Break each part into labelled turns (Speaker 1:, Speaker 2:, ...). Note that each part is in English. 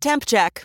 Speaker 1: Temp check.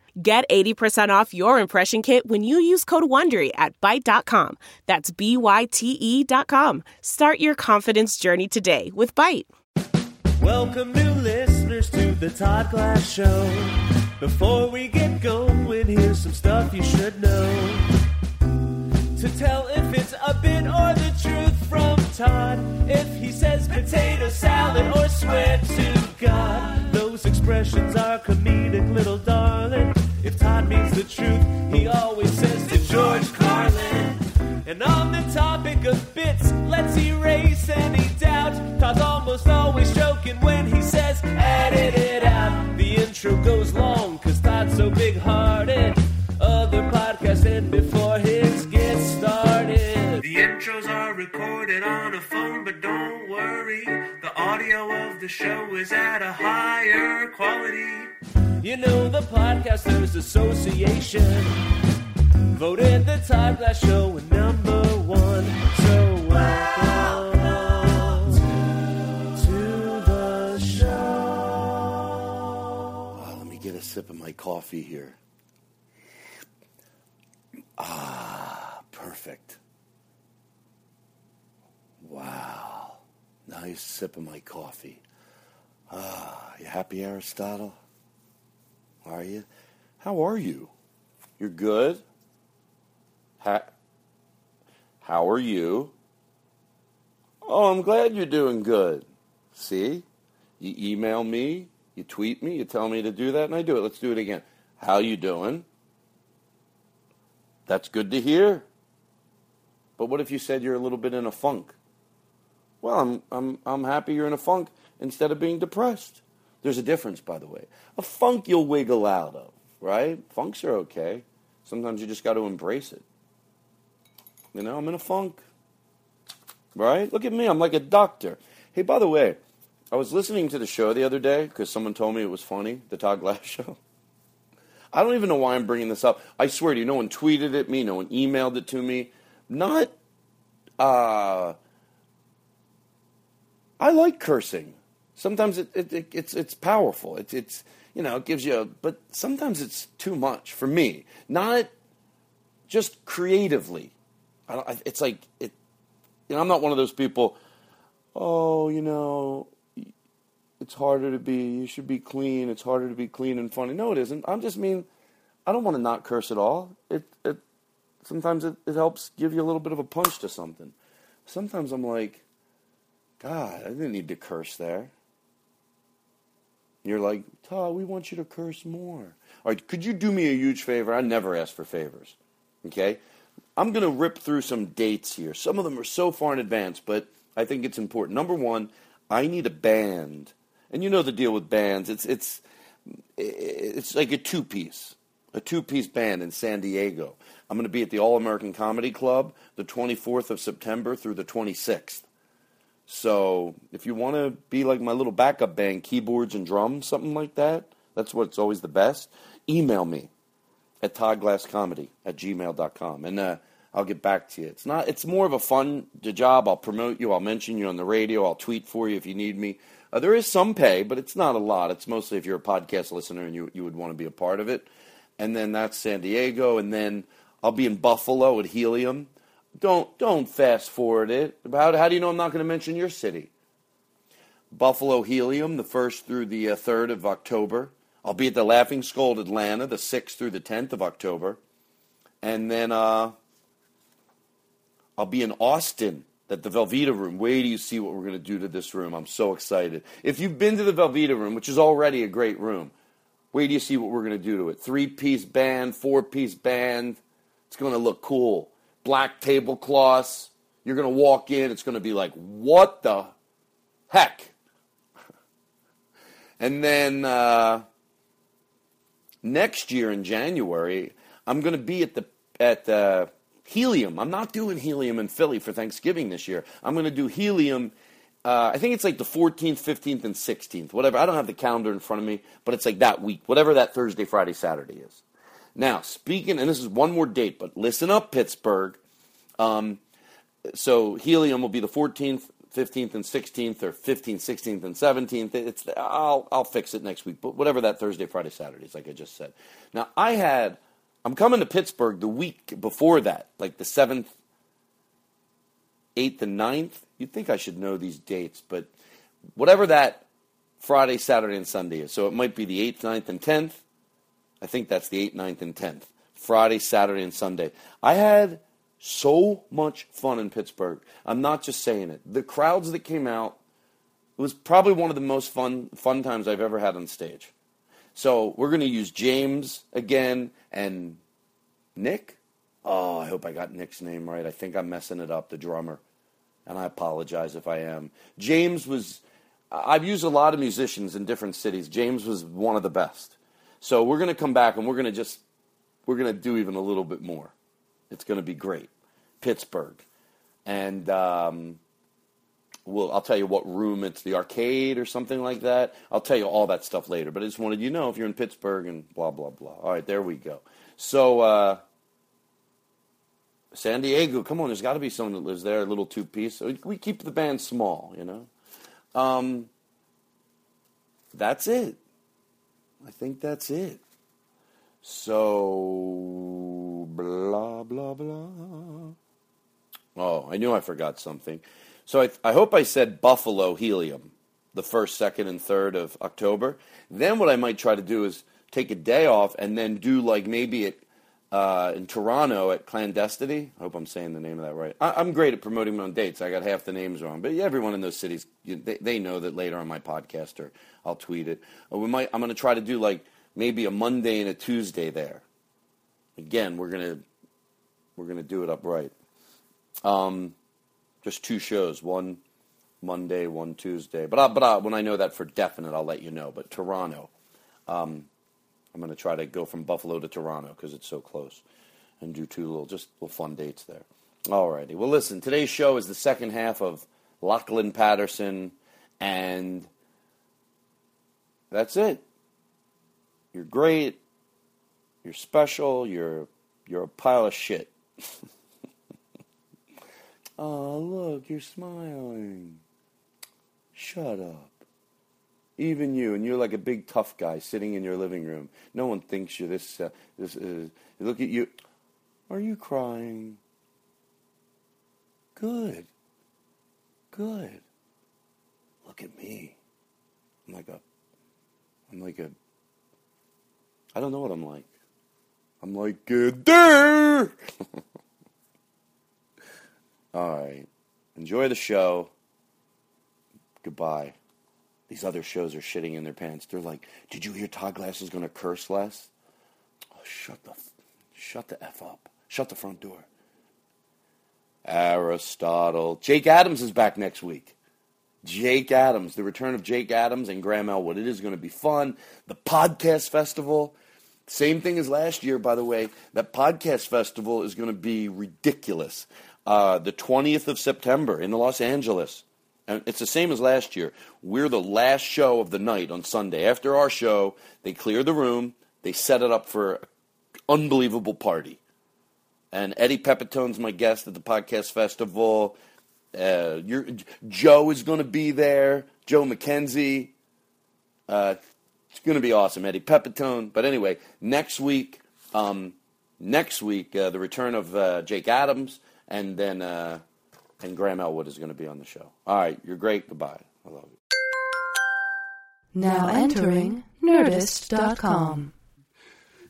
Speaker 2: Get 80% off your impression kit when you use code WONDERY at Byte.com. That's B-Y-T-E E dot com. Start your confidence journey today with Byte.
Speaker 3: Welcome, new listeners, to the Todd Glass Show. Before we get going, here's some stuff you should know to tell if it's a bit or the truth from Todd. If he says potato salad or swear to God, those expressions are comedic, little darling. If Todd means the truth, he always says to George Carlin. And on the topic of bits, let's erase any doubt. Todd's almost always joking when he says, edit it out. The intro goes long, cause Todd's so big hearted. Other podcasts end before his gets started. The intros are recorded on a phone, but don't worry. The audio of the show is at a higher quality. You know, the Podcasters Association voted the Time Glass Show a number one. So welcome to the show.
Speaker 4: Oh, let me get a sip of my coffee here. Ah, perfect. Wow. Nice sip of my coffee. Ah, you happy, Aristotle? Are you? How are you? You're good? Ha- How are you? Oh, I'm glad you're doing good. See? You email me, you tweet me, you tell me to do that, and I do it. Let's do it again. How you doing? That's good to hear. But what if you said you're a little bit in a funk? Well, I'm I'm I'm happy you're in a funk instead of being depressed. There's a difference, by the way. A funk you'll wiggle out of, right? Funks are okay. Sometimes you just got to embrace it. You know, I'm in a funk. Right? Look at me, I'm like a doctor. Hey, by the way, I was listening to the show the other day because someone told me it was funny, the Todd Glass show. I don't even know why I'm bringing this up. I swear to you, no one tweeted at me, no one emailed it to me. Not, uh, I like cursing. Sometimes it, it, it it's it's powerful. It's it's you know it gives you, a, but sometimes it's too much for me. Not just creatively. I don't, I- it's like it. You know, I'm not one of those people. Oh, you know, it's harder to be you should be clean it's harder to be clean and funny no it isn't i'm just mean i don't want to not curse at all it it sometimes it, it helps give you a little bit of a punch to something sometimes i'm like god i didn't need to curse there you're like todd we want you to curse more all right could you do me a huge favor i never ask for favors okay i'm going to rip through some dates here some of them are so far in advance but i think it's important number one i need a band and you know the deal with bands it's it's it's like a two piece a two piece band in San Diego. I'm going to be at the All American Comedy Club the 24th of September through the 26th. So if you want to be like my little backup band, keyboards and drums, something like that, that's what's always the best. Email me at toddglasscomedy at gmail.com and uh, I'll get back to you. It's not. It's more of a fun j- job. I'll promote you. I'll mention you on the radio. I'll tweet for you if you need me. Uh, there is some pay, but it's not a lot. It's mostly if you're a podcast listener and you you would want to be a part of it. And then that's San Diego, and then I'll be in Buffalo at Helium. Don't don't fast forward it. How how do you know I'm not going to mention your city? Buffalo Helium, the 1st through the uh, 3rd of October. I'll be at the Laughing Skull at Atlanta, the 6th through the 10th of October. And then uh, I'll be in Austin at the Velveeta Room. Wait till you see what we're going to do to this room. I'm so excited. If you've been to the Velveeta Room, which is already a great room, wait till you see what we're going to do to it. Three piece band, four piece band. It's going to look cool. Black tablecloths. You're going to walk in. It's going to be like, what the heck? And then uh, next year in January, I'm going to be at the at uh, Helium. I'm not doing Helium in Philly for Thanksgiving this year. I'm going to do Helium. Uh, I think it's like the 14th, 15th, and 16th, whatever. I don't have the calendar in front of me, but it's like that week, whatever that Thursday, Friday, Saturday is. Now, speaking, and this is one more date, but listen up, Pittsburgh. Um, so helium will be the 14th 15th and 16th or 15th 16th and 17th it's i'll i'll fix it next week but whatever that thursday friday saturday is like i just said now i had i'm coming to pittsburgh the week before that like the 7th 8th and 9th you'd think i should know these dates but whatever that friday saturday and sunday is so it might be the 8th 9th and 10th i think that's the 8th 9th and 10th friday saturday and sunday i had so much fun in Pittsburgh. I'm not just saying it. The crowds that came out it was probably one of the most fun fun times I've ever had on stage. So we're gonna use James again and Nick. Oh, I hope I got Nick's name right. I think I'm messing it up. The drummer, and I apologize if I am. James was. I- I've used a lot of musicians in different cities. James was one of the best. So we're gonna come back and we're gonna just we're gonna do even a little bit more. It's going to be great, Pittsburgh, and um, we'll. I'll tell you what room it's the arcade or something like that. I'll tell you all that stuff later. But I just wanted you to know if you're in Pittsburgh and blah blah blah. All right, there we go. So uh, San Diego, come on, there's got to be someone that lives there. A little two piece. We keep the band small, you know. Um, that's it. I think that's it. So, blah, blah, blah. Oh, I knew I forgot something. So I, I hope I said Buffalo Helium, the 1st, 2nd, and 3rd of October. Then what I might try to do is take a day off and then do like maybe at, uh, in Toronto at Clandestity. I hope I'm saying the name of that right. I, I'm great at promoting my own dates. I got half the names wrong. But yeah, everyone in those cities, you, they, they know that later on my podcast or I'll tweet it. Uh, we might, I'm going to try to do like maybe a Monday and a Tuesday there. Again, we're gonna we're gonna do it upright. Um, just two shows, one Monday, one Tuesday. But I, but I, when I know that for definite, I'll let you know. But Toronto, um, I'm gonna try to go from Buffalo to Toronto because it's so close, and do two little just little fun dates there. Alrighty. Well, listen. Today's show is the second half of Lachlan Patterson, and that's it you're great, you're special, you're you're a pile of shit. oh, look, you're smiling. Shut up. Even you, and you're like a big tough guy sitting in your living room. No one thinks you're this. Uh, this uh, look at you. Are you crying? Good. Good. Look at me. I'm like a. I'm like a I don't know what I'm like. I'm like, uh, there! Alright. Enjoy the show. Goodbye. These other shows are shitting in their pants. They're like, did you hear Todd Glass is going to curse less? Oh, shut the, f- shut the F up. Shut the front door. Aristotle. Jake Adams is back next week. Jake Adams, the return of Jake Adams and Graham Elwood. It is going to be fun. The podcast festival. Same thing as last year, by the way. That podcast festival is going to be ridiculous. Uh, the 20th of September in Los Angeles. And it's the same as last year. We're the last show of the night on Sunday. After our show, they clear the room, they set it up for an unbelievable party. And Eddie Pepitone's my guest at the podcast festival. Uh, you're, Joe is going to be there, Joe McKenzie. Uh, it's going to be awesome, Eddie Pepitone. But anyway, next week, um, next week, uh, the return of uh, Jake Adams, and then uh, and Graham Elwood is going to be on the show. All right, you're great. Goodbye. I love you.
Speaker 5: Now entering Nerdist.com.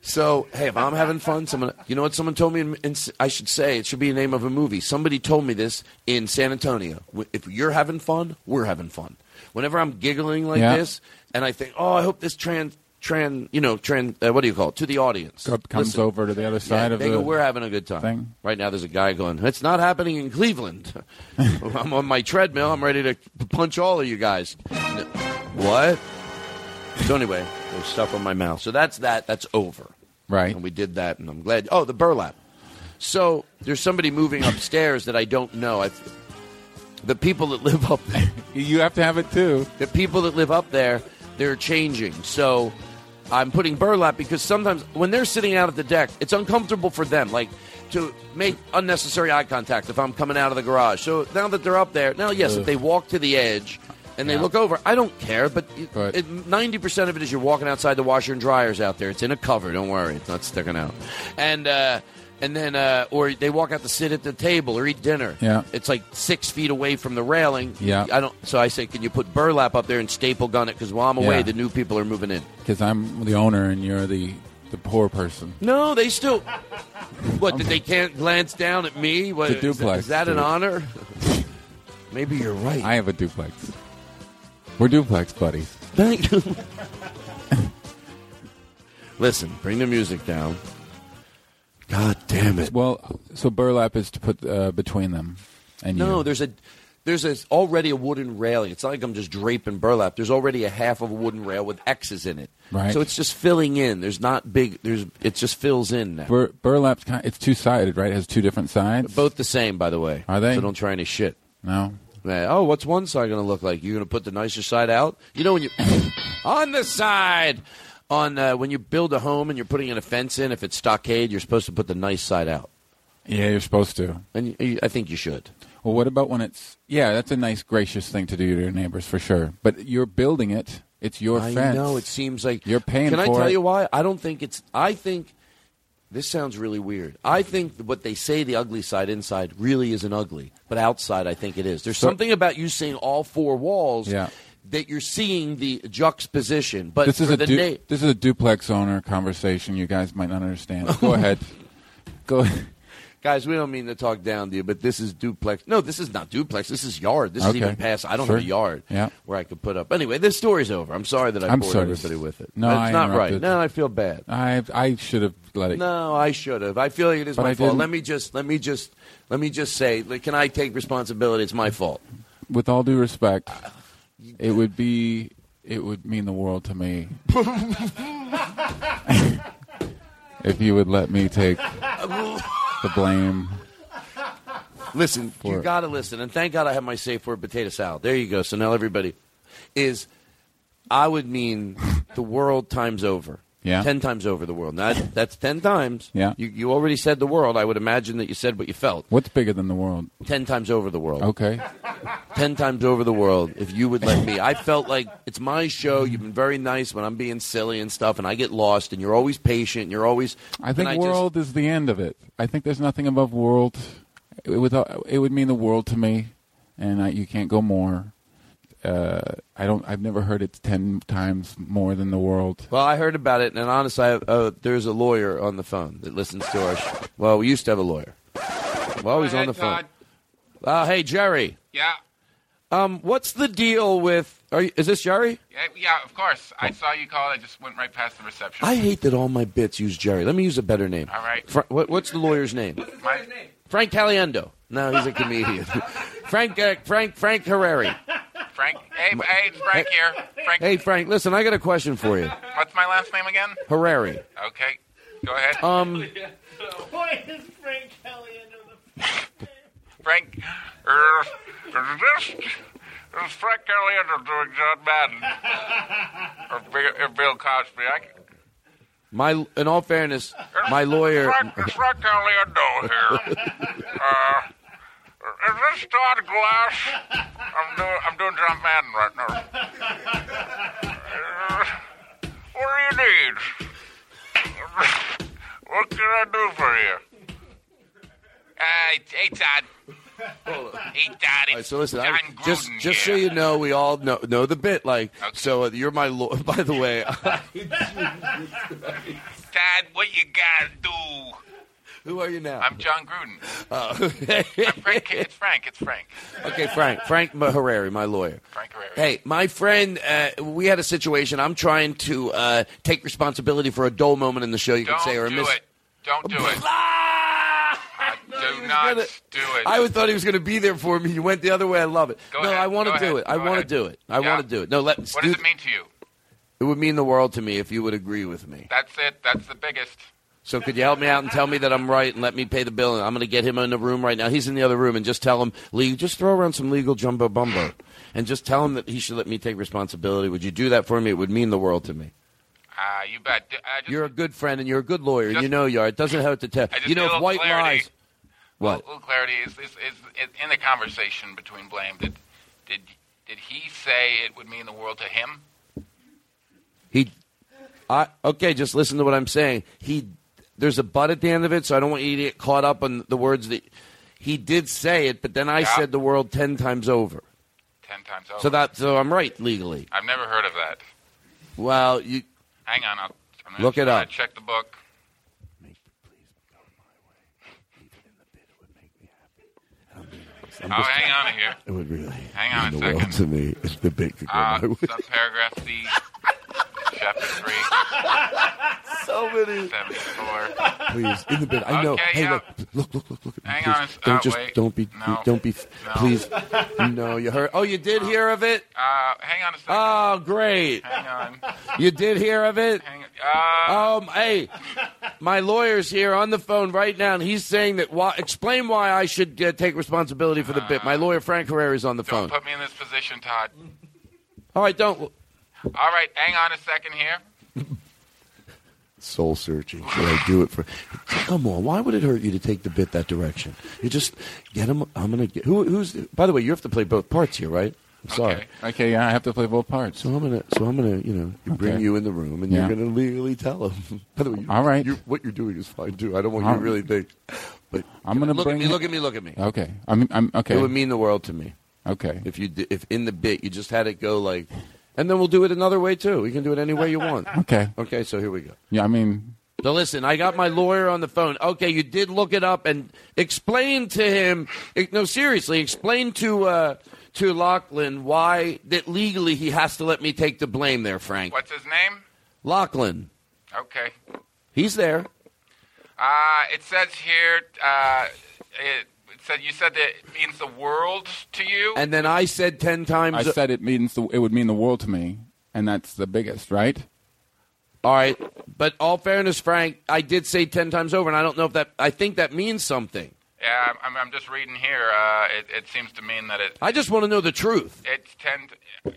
Speaker 4: So hey, if I'm having fun, someone you know what someone told me. In, in, I should say it should be the name of a movie. Somebody told me this in San Antonio. W- If you're having fun, we're having fun. Whenever I'm giggling like
Speaker 6: Yeah.
Speaker 4: this, and I think, oh, I hope this trans, trans, you know, trans, uh, what do you call it, to the audience
Speaker 6: Co- comes
Speaker 4: Listen.
Speaker 6: over to the other
Speaker 4: Yeah,
Speaker 6: side of
Speaker 4: they
Speaker 6: the.
Speaker 4: go, we're having a good time.
Speaker 6: thing.
Speaker 4: Right now, there's a guy going, it's not happening in Cleveland. I'm on my treadmill. I'm ready to punch all of you guys. No- What? So anyway, there's stuff on my mouth. So that's that. That's over.
Speaker 6: Right.
Speaker 4: And we did that, and I'm glad. Oh, the burlap. So there's somebody moving upstairs that I don't know. I, the people that live up there
Speaker 6: you have to have it too.
Speaker 4: the people that live up there, they're changing. So I'm putting burlap because sometimes when they're sitting out at the deck, it's uncomfortable for them. Like to make unnecessary eye contact if I'm coming out of the garage. So now that they're up there, now yes, if they walk to the edge and they
Speaker 6: Yeah.
Speaker 4: look over, I don't care. But
Speaker 6: Right.
Speaker 4: ninety percent of it is you're walking outside the washer and dryers out there. It's in a cover. Don't worry, it's not sticking out. And uh, and then uh, or they walk out to sit at the table or eat dinner.
Speaker 6: Yeah.
Speaker 4: it's like six feet away from the railing.
Speaker 6: Yeah.
Speaker 4: I don't. So I say, can you put burlap up there and staple gun it? Because while I'm away,
Speaker 6: Yeah.
Speaker 4: the new people are moving in.
Speaker 6: Because I'm the owner and you're the the poor person.
Speaker 4: No, they still. What? Did they can't glance down at me? What,
Speaker 6: It's a
Speaker 4: is that-
Speaker 6: duplex,
Speaker 4: Is that an
Speaker 6: dude.
Speaker 4: honor? Maybe you're right.
Speaker 6: I have a duplex. We're duplex buddies.
Speaker 4: Thank you. Listen, bring the music down. God damn it.
Speaker 6: Well, so burlap is to put uh, between them. And
Speaker 4: No,
Speaker 6: you.
Speaker 4: there's a there's a, already a wooden railing. It's not like I'm just draping burlap. There's already a half of a wooden rail with X's in it.
Speaker 6: Right.
Speaker 4: So it's just filling in. There's not big. There's it just fills in now.
Speaker 6: Bur- burlap's kind. It's two sided, right? It has two different sides.
Speaker 4: Both the same, by the way.
Speaker 6: Are they?
Speaker 4: So don't try any shit.
Speaker 6: No.
Speaker 4: Man, oh, what's one side going to look like? You're going to put the nicer side out? You know when you on the side on uh, when you build a home and you're putting in a fence in, if it's stockade, you're supposed to put the nice side out,
Speaker 6: Yeah, you're supposed to.
Speaker 4: and you, I think you should.
Speaker 6: Well, what about when it's? Yeah, that's a nice, gracious thing to do to your neighbors for sure. But you're building it. It's your
Speaker 4: I
Speaker 6: fence.
Speaker 4: know it seems like
Speaker 6: You're paying
Speaker 4: Can I
Speaker 6: for
Speaker 4: tell
Speaker 6: it.
Speaker 4: you why? I don't think it's. I think this sounds really weird. I think that what they say the ugly side inside really isn't ugly, but outside I think it is. There's
Speaker 6: So-
Speaker 4: something about you seeing all four walls
Speaker 6: Yeah.
Speaker 4: that you're seeing the juxtaposition. But
Speaker 6: This is
Speaker 4: for
Speaker 6: a
Speaker 4: the
Speaker 6: du-
Speaker 4: na-
Speaker 6: this is a duplex owner conversation. You guys might not understand. Go ahead. Go.
Speaker 4: guys, we don't mean to talk down to you, but this is duplex. No, this is not duplex. This is yard. This is
Speaker 6: Okay.
Speaker 4: even past. I don't
Speaker 6: Sure.
Speaker 4: have a yard
Speaker 6: Yeah.
Speaker 4: where I could put up. Anyway, this story's over. I'm sorry that I
Speaker 6: I'm
Speaker 4: bored
Speaker 6: sorry.
Speaker 4: everybody with it.
Speaker 6: No,
Speaker 4: it's
Speaker 6: I
Speaker 4: not right.
Speaker 6: interrupted.
Speaker 4: No, I feel bad.
Speaker 6: I I should have let it.
Speaker 4: No, I should have. I feel like it is
Speaker 6: But
Speaker 4: my
Speaker 6: I
Speaker 4: fault.
Speaker 6: didn't.
Speaker 4: Let me just let me just let me just say, like, can I take responsibility? It's my fault.
Speaker 6: With all due respect, it would be it would mean the world to me if you would let me take the blame.
Speaker 4: Listen,
Speaker 6: For
Speaker 4: you
Speaker 6: it.
Speaker 4: got to listen, and thank God I have my safe word potato salad. There you go. So now everybody is. I would mean the world times over.
Speaker 6: Yeah.
Speaker 4: Ten times over the world. Now, that- that's ten times.
Speaker 6: Yeah.
Speaker 4: You, you already said the world. I would imagine that you said what you felt.
Speaker 6: What's bigger than the world?
Speaker 4: Ten times over the world.
Speaker 6: Okay.
Speaker 4: ten times over the world if you would let me. I felt like it's my show. You've been very nice when I'm being silly and stuff, and I get lost, and you're always patient. And you're always.
Speaker 6: I think
Speaker 4: and just-
Speaker 6: world is the end of it. I think there's nothing above world. It would, it would mean the world to me, and I, you can't go more. Uh, I don't. I've never heard it ten times more than the world.
Speaker 4: well, I heard about it, and honestly, I, uh, there's a lawyer on the phone that listens to our. Sh- well, we used to have a lawyer. Well, he's on the phone. Uh, hey, Jerry.
Speaker 7: Yeah,
Speaker 4: Um, what's the deal with? Are you, is this Jerry?
Speaker 7: yeah, yeah. Of course. I saw you call. I just went right past the reception.
Speaker 4: I hate that all my bits use Jerry. Let me use a better name.
Speaker 7: All right.
Speaker 4: Fra- what, what's the lawyer's name?
Speaker 7: My-
Speaker 4: Frank Caliendo. No, he's a comedian. Frank uh, Frank Frank Harari.
Speaker 7: Frank. Hey, hey, it's Frank here.
Speaker 5: Frank,
Speaker 4: Hey, Frank, listen, I got a question for you.
Speaker 5: what's my last name again?
Speaker 4: Harari.
Speaker 5: Okay, go ahead.
Speaker 4: Um,
Speaker 8: Why is Frank Kelly into the
Speaker 5: Frank. Er, er, this this is Frank Caliendo doing John Madden. or, Bill, or Bill Cosby. I,
Speaker 4: my, in all fairness, my lawyer.
Speaker 5: Frank, it's Frank Caliendo here. uh, is this Todd Glass? I'm doing, I'm doing John Madden right now. Uh, what do you need? what can I do for you? Uh, hey, Todd. Hey, Todd.
Speaker 4: All right,
Speaker 5: It's
Speaker 4: so listen,
Speaker 5: John
Speaker 4: I, just
Speaker 5: Gruden
Speaker 4: just so
Speaker 5: here.
Speaker 4: you know, we all know know the bit. Like, so uh, you're my lawyer. By the way, uh,
Speaker 5: Todd, what you gotta do?
Speaker 4: who are you now? Oh.
Speaker 5: I'm John Gruden. Frank, it's Frank. It's Frank.
Speaker 4: okay, Frank. Frank Ma- Harari, my lawyer.
Speaker 5: Frank Herrera.
Speaker 4: Hey, my friend, uh, we had a situation. I'm trying to uh, take responsibility for a dull moment in the show. You
Speaker 5: Don't
Speaker 4: could say or
Speaker 5: do
Speaker 4: miss.
Speaker 5: it. Don't do it.
Speaker 4: Ah!
Speaker 5: do
Speaker 4: he was
Speaker 5: not
Speaker 4: gonna-
Speaker 5: do it.
Speaker 4: I always thought he was going to be there for me. You went the other way. I love it.
Speaker 5: Go
Speaker 4: no,
Speaker 5: ahead,
Speaker 4: I want
Speaker 5: go
Speaker 4: to do
Speaker 5: ahead,
Speaker 4: it. I
Speaker 5: go
Speaker 4: want
Speaker 5: ahead.
Speaker 4: to do it. I
Speaker 5: Yeah.
Speaker 4: want to do it. No, let. us
Speaker 5: What
Speaker 4: do
Speaker 5: does it mean to you?
Speaker 4: It would mean the world to me if you would agree with me.
Speaker 5: That's it. That's the biggest.
Speaker 4: So could you help me out and tell me that I'm right and let me pay the bill? And I'm going to get him in the room right now. He's in the other room and just tell him, Lee, just throw around some legal jumbo bumbo, and just tell him that he should let me take responsibility. Would you do that for me? It would mean the world to me.
Speaker 5: Ah, you bet. D- I just,
Speaker 4: You're a good friend and you're a good lawyer. and
Speaker 5: Just-
Speaker 4: you know you are. It doesn't hurt to tell.
Speaker 5: I just
Speaker 4: You
Speaker 5: need
Speaker 4: know,
Speaker 5: a
Speaker 4: if
Speaker 5: little
Speaker 4: white
Speaker 5: clarity.
Speaker 4: lies. What?
Speaker 5: A little clarity is, is, is, is in the conversation between Blame. Did did did he say it would mean the world to him?
Speaker 4: He, I okay. Just listen to what I'm saying. He, there's a but at the end of it, so I don't want you to get caught up on the words that he did say it. But then I
Speaker 5: Yeah.
Speaker 4: said the world ten times over.
Speaker 5: Ten times over.
Speaker 4: So that so I'm right legally.
Speaker 5: I've never heard of that.
Speaker 4: Well, you
Speaker 5: Hang on. I'll, I'm gonna
Speaker 4: Look it
Speaker 5: I'm gonna
Speaker 4: up.
Speaker 5: Check the book. Oh, hang on here.
Speaker 4: It would really
Speaker 5: Hang on a
Speaker 4: mean the world
Speaker 5: second.
Speaker 4: to me if the big could go
Speaker 5: Uh,
Speaker 4: my way.
Speaker 5: subparagraph D, chapter 3,
Speaker 4: So many.
Speaker 5: 74.
Speaker 4: Please, in the bed. I know.
Speaker 5: Okay,
Speaker 4: hey,
Speaker 5: yeah.
Speaker 4: look, look, look, look, look at me.
Speaker 5: Hang
Speaker 4: please.
Speaker 5: on a s-
Speaker 4: Don't
Speaker 5: uh,
Speaker 4: just,
Speaker 5: wait.
Speaker 4: don't be,
Speaker 5: No.
Speaker 4: don't be,
Speaker 5: No.
Speaker 4: please. No, you heard. Oh, you did hear of it?
Speaker 5: Uh, hang on a second.
Speaker 4: Oh, great.
Speaker 5: hang on.
Speaker 4: You did hear of it?
Speaker 5: Hang on. Uh,
Speaker 4: Um, hey, my lawyer's here on the phone right now, and he's saying that. Why, explain why I should uh, take responsibility for the bit. My lawyer Frank Herrera is on the
Speaker 5: Uh, don't
Speaker 4: phone.
Speaker 5: put me in this position, Todd.
Speaker 4: All right, don't.
Speaker 5: All right, hang on a second here.
Speaker 4: soul searching. Should I do it for? Come on, why would it hurt you to take the bit that direction? You just get him. I'm gonna get who, who's. By the way, you have to play both parts here, right? I'm sorry.
Speaker 5: Okay.
Speaker 6: Okay, yeah, I have to play both parts.
Speaker 4: So I'm gonna. So I'm gonna. You know, you bring
Speaker 6: Okay.
Speaker 4: you in the room, and
Speaker 6: Yeah.
Speaker 4: you're gonna legally tell him. By the way, you,
Speaker 6: All right.
Speaker 4: you what you're doing is fine too. I don't want Oh, you
Speaker 6: All
Speaker 4: to
Speaker 6: right.
Speaker 4: really think. But
Speaker 6: Um, I'm gonna
Speaker 4: look
Speaker 6: bring
Speaker 4: at me.
Speaker 6: it-
Speaker 4: Look at me. Look at me.
Speaker 6: Okay, I'm. I'm okay.
Speaker 4: It would mean the world to me
Speaker 6: okay.
Speaker 4: if you di- if in the bit you just had it go like, and then we'll do it another way too. You can do it any way you want.
Speaker 6: okay.
Speaker 4: Okay. So here we go.
Speaker 6: Yeah, I mean,
Speaker 4: Now listen, I got my lawyer on the phone. Okay, you did look it up and explain to him. eh, No, seriously, explain to uh, to Lachlan why that legally he has to let me take the blame there, Frank.
Speaker 5: What's his name?
Speaker 4: Lachlan,
Speaker 5: Okay.
Speaker 4: he's there.
Speaker 5: Uh, it says here, uh, it, it said you said that it means the world to you.
Speaker 4: And then I said ten times.
Speaker 6: I said it means the, it would mean the world to me, and that's the biggest, right?
Speaker 4: all right, but all fairness, Frank, I did say ten times over, and I don't know if that. I think that means something.
Speaker 5: yeah, I'm, I'm just reading here. Uh, it, it seems to mean that it
Speaker 4: I just want to know the truth.
Speaker 5: it's ten.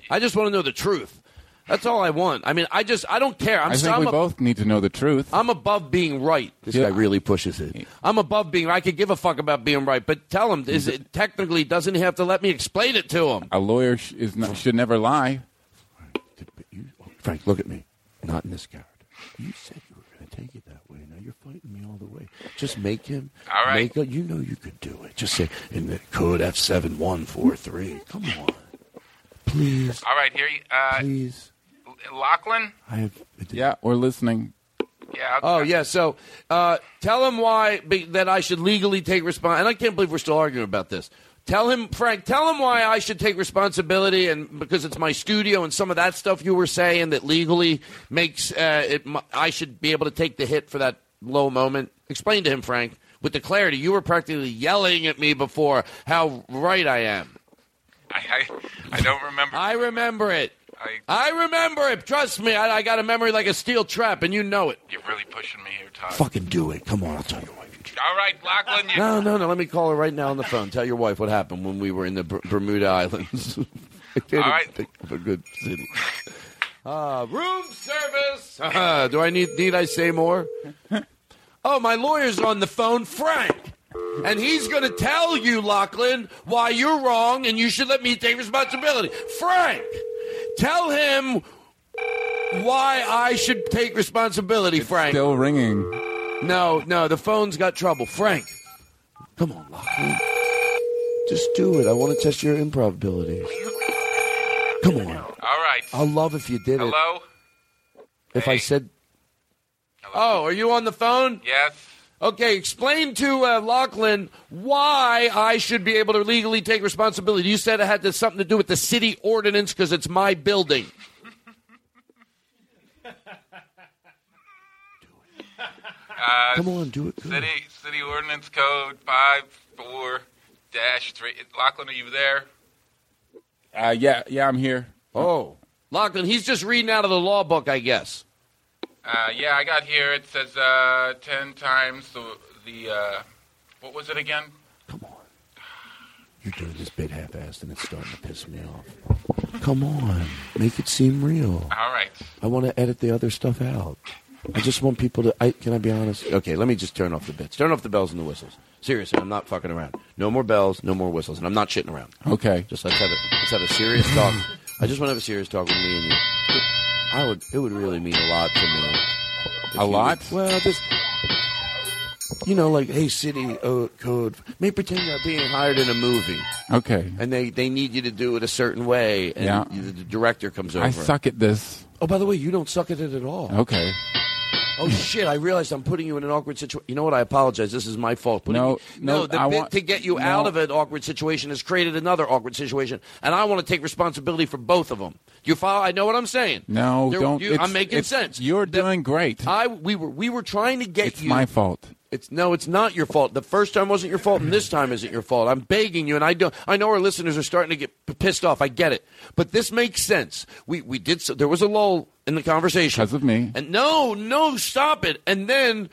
Speaker 4: I just want to know the truth. That's all I want. I mean, I just I don't care. I'm
Speaker 6: I
Speaker 4: so-
Speaker 6: think
Speaker 4: I'm
Speaker 6: we
Speaker 4: a-
Speaker 6: both need to know the truth.
Speaker 4: I'm above being right. This
Speaker 6: Yeah.
Speaker 4: guy really pushes it. I'm above being. I could give a fuck about being right, but tell him. Is it technically doesn't he have to let me explain it to him?
Speaker 6: a lawyer sh- is not, should never lie.
Speaker 4: Frank, look at me. Not in this card. You said you were going to take it that way. Now you're fighting me all the way. Just make him.
Speaker 5: All right.
Speaker 4: Make a, you know you could do it. Just say in the code F seven one four three. Come on, please,
Speaker 5: All right, here. you- Uh,
Speaker 4: please.
Speaker 5: Lachlan.
Speaker 4: I have.
Speaker 6: Yeah, we're listening.
Speaker 5: Yeah.
Speaker 4: Oh yeah, so uh, tell him why be, that I should legally take response. And I can't believe we're still arguing about this. Tell him, Frank. Tell him why I should take responsibility, and because it's my studio and some of that stuff you were saying that legally makes uh, it. My, I should be able to take the hit for that low moment. Explain to him, Frank, with the clarity you were practically yelling at me before how right I am.
Speaker 5: I, I, I don't remember.
Speaker 4: I remember it.
Speaker 5: I,
Speaker 4: I remember it. Trust me, I, I got a memory like a steel trap, and you know it.
Speaker 5: you're really pushing me here, Todd.
Speaker 4: Fucking do it. Come on, I'll tell your wife.
Speaker 5: All right, Lachlan, you,
Speaker 4: No, no, no. Let me call her right now on the phone. Tell your wife what happened when we were in the Ber- Bermuda Islands. I can't
Speaker 5: All
Speaker 4: even
Speaker 5: right.
Speaker 4: think of a good city. Uh, room service. Uh, do I need need I say more? Oh, my lawyer's on the phone, Frank, and he's going to tell you, Lachlan, why you're wrong, and you should let me take responsibility. Frank, tell him why I should take responsibility, Frank.
Speaker 6: Still ringing.
Speaker 4: No, no, the phone's got trouble. Frank, come on, Lachlan. Just do it. I want to test your improv ability. Come on.
Speaker 5: all right.
Speaker 4: I'll love if you did it.
Speaker 5: Hello?
Speaker 4: If I said. Oh, are you on the phone?
Speaker 5: Yes?
Speaker 4: Okay, explain to uh, Lachlan why I should be able to legally take responsibility. You said it had to, something to do with the city ordinance because it's my building.
Speaker 5: Uh,
Speaker 4: Come on, do it. good.
Speaker 5: City City Ordinance Code five four dash three. Lachlan, are you there?
Speaker 6: Uh, yeah, yeah, I'm here.
Speaker 4: Oh, Lachlan, he's just reading out of the law book, I guess.
Speaker 5: Uh, yeah, I got here. It says uh, ten times the the uh, what was it again?
Speaker 4: Come on. You're doing this bit half-assed and it's starting to piss me off. Come on. Make it seem real.
Speaker 5: All right.
Speaker 4: I want to edit the other stuff out. I just want people to. I, can I be honest? Okay, let me just turn off the bits. Turn off the bells and the whistles. Seriously, I'm not fucking around. No more bells, no more whistles, and I'm not shitting around.
Speaker 6: Okay.
Speaker 4: Just let's have a let's have a serious talk. I just want to have a serious talk with me and you. I would. It would really mean a lot to me. if
Speaker 6: A
Speaker 4: you
Speaker 6: lot?
Speaker 4: would- well, just you know, like hey, city uh, code. Maybe pretend you're being hired in a movie,
Speaker 6: Okay.
Speaker 4: and they they need you to do it a certain way, and
Speaker 6: Yeah.
Speaker 4: you- the director comes over.
Speaker 6: I suck at this.
Speaker 4: Oh, by the way, you don't suck at it at all.
Speaker 6: Okay.
Speaker 4: Oh shit! I realized I'm putting you in an awkward situation. You know what? I apologize. This is my fault. Putting
Speaker 6: No,
Speaker 4: you-
Speaker 6: no,
Speaker 4: The
Speaker 6: I
Speaker 4: bit
Speaker 6: want-
Speaker 4: to get you
Speaker 6: no.
Speaker 4: out of an awkward situation has created another awkward situation, and I want to take responsibility for both of them. You follow? I know what I'm saying.
Speaker 6: No,
Speaker 4: There-
Speaker 6: don't.
Speaker 4: you-
Speaker 6: it's-
Speaker 4: I'm making
Speaker 6: it's-
Speaker 4: sense.
Speaker 6: You're
Speaker 4: The-
Speaker 6: doing great.
Speaker 4: I we were we were trying to get
Speaker 6: it's
Speaker 4: you.
Speaker 6: my fault.
Speaker 4: It's no, it's not your fault. The first time wasn't your fault, and this time isn't your fault. I'm begging you, and I don't. I know our listeners are starting to get p- pissed off. I get it, but this makes sense. We we did. So, there was a lull in the conversation
Speaker 6: 'Cause of me.
Speaker 4: And no, no, stop it. And then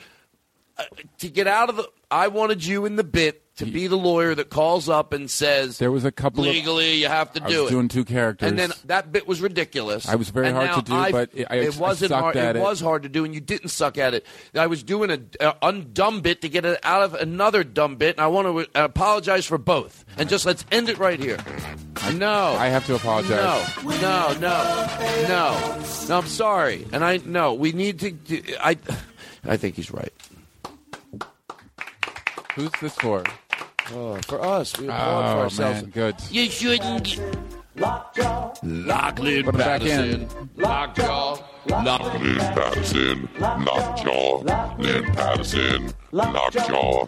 Speaker 4: uh, to get out of the, I wanted you in the bit to be the lawyer that calls up and says
Speaker 6: There was a couple of-
Speaker 4: legally you have to
Speaker 6: I
Speaker 4: do
Speaker 6: was
Speaker 4: it.
Speaker 6: doing two characters.
Speaker 4: And then that bit was ridiculous.
Speaker 6: I was very
Speaker 4: And
Speaker 6: hard
Speaker 4: now
Speaker 6: to do,
Speaker 4: I've-
Speaker 6: but it- I- I
Speaker 4: wasn't
Speaker 6: sucked
Speaker 4: hard.
Speaker 6: at
Speaker 4: it
Speaker 6: it.
Speaker 4: was hard to do, and you didn't suck at it. I was doing a, a undumb bit to get it out of another dumb bit, and I want to uh, apologize for both. And just let's end it right here. no,
Speaker 6: I have to apologize.
Speaker 4: no, no, no, no, no. I'm sorry, and I no. We need to. do- I, I think he's right.
Speaker 6: Who's this for?
Speaker 4: Oh, for us, we applaud for
Speaker 6: Oh
Speaker 4: ourselves.
Speaker 6: man, good.
Speaker 4: You shouldn't. get- Lachlan
Speaker 6: Put it back
Speaker 4: Patterson. Lockjaw. Lock-
Speaker 9: Lynn Patterson, Lockjaw, Lynn Patterson, Lockjaw.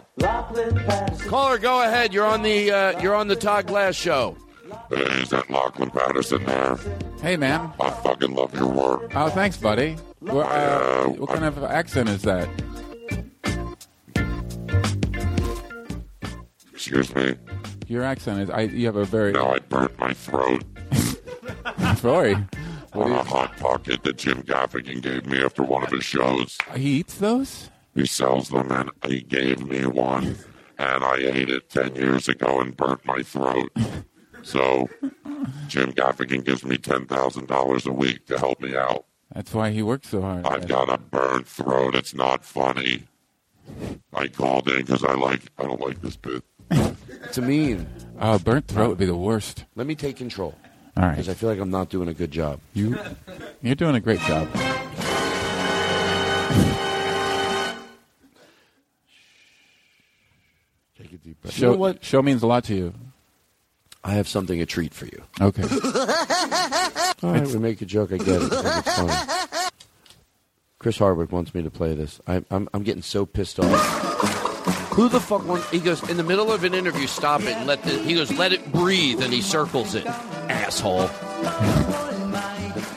Speaker 4: Caller, go ahead. You're on the uh, you're on the Todd Glass show.
Speaker 9: Hey, is that Lachlan Patterson there?
Speaker 6: Hey man.
Speaker 9: I fucking love your work.
Speaker 6: Oh, thanks, buddy. Well,
Speaker 9: Uh,
Speaker 6: uh, what kind of accent is that?
Speaker 9: Excuse me.
Speaker 6: Your accent is. I. You have a very.
Speaker 9: Now I burnt my throat
Speaker 6: Rory. What
Speaker 9: on a
Speaker 6: do
Speaker 9: hot pocket that Jim Gaffigan gave me after one of his shows.
Speaker 6: you, he eats those?
Speaker 9: He sells them and he gave me one. And I ate it 10 years ago and burnt my throat. So Jim Gaffigan gives me $10,000 a week to help me out.
Speaker 6: That's why he works so hard.
Speaker 9: I've got a burnt throat. It's not funny. I called in because I like I don't like this bit.
Speaker 4: It's a mean.
Speaker 6: Oh, burnt throat would be the worst.
Speaker 4: Let me take control
Speaker 6: All
Speaker 4: because I
Speaker 6: right.
Speaker 4: feel like I'm not doing a good job.
Speaker 6: You. You're doing a great job.
Speaker 4: Take a deep breath.
Speaker 6: Show.
Speaker 4: you know what?
Speaker 6: Show means a lot to you.
Speaker 4: I have something a treat for you.
Speaker 6: Okay.
Speaker 4: All right, we make a joke. I get it. It's funny. Chris Hardwick wants me to play this. I, I'm, I'm getting so pissed off. Who the fuck wants? He goes in the middle of an interview. Stop it and let the. He goes, let it breathe, and he circles it. Asshole.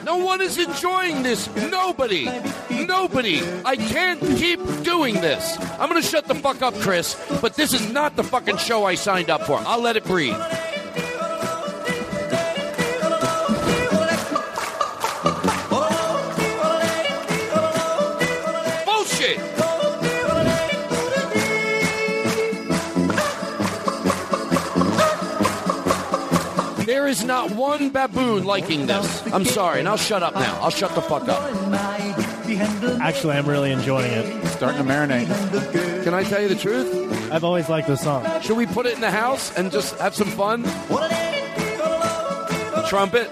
Speaker 4: No one is enjoying this. Nobody. Nobody. I can't keep doing this. I'm gonna shut the fuck up, Chris. But this is not the fucking show I signed up for. I'll let it breathe. There is not one baboon liking this. I'm sorry, and I'll shut up now. I'll shut the fuck up.
Speaker 10: Actually, I'm really enjoying it.
Speaker 6: Starting to marinate.
Speaker 4: Can I tell you the truth?
Speaker 10: I've always liked this song.
Speaker 4: Should we put it in the house and just have some fun? Trumpet.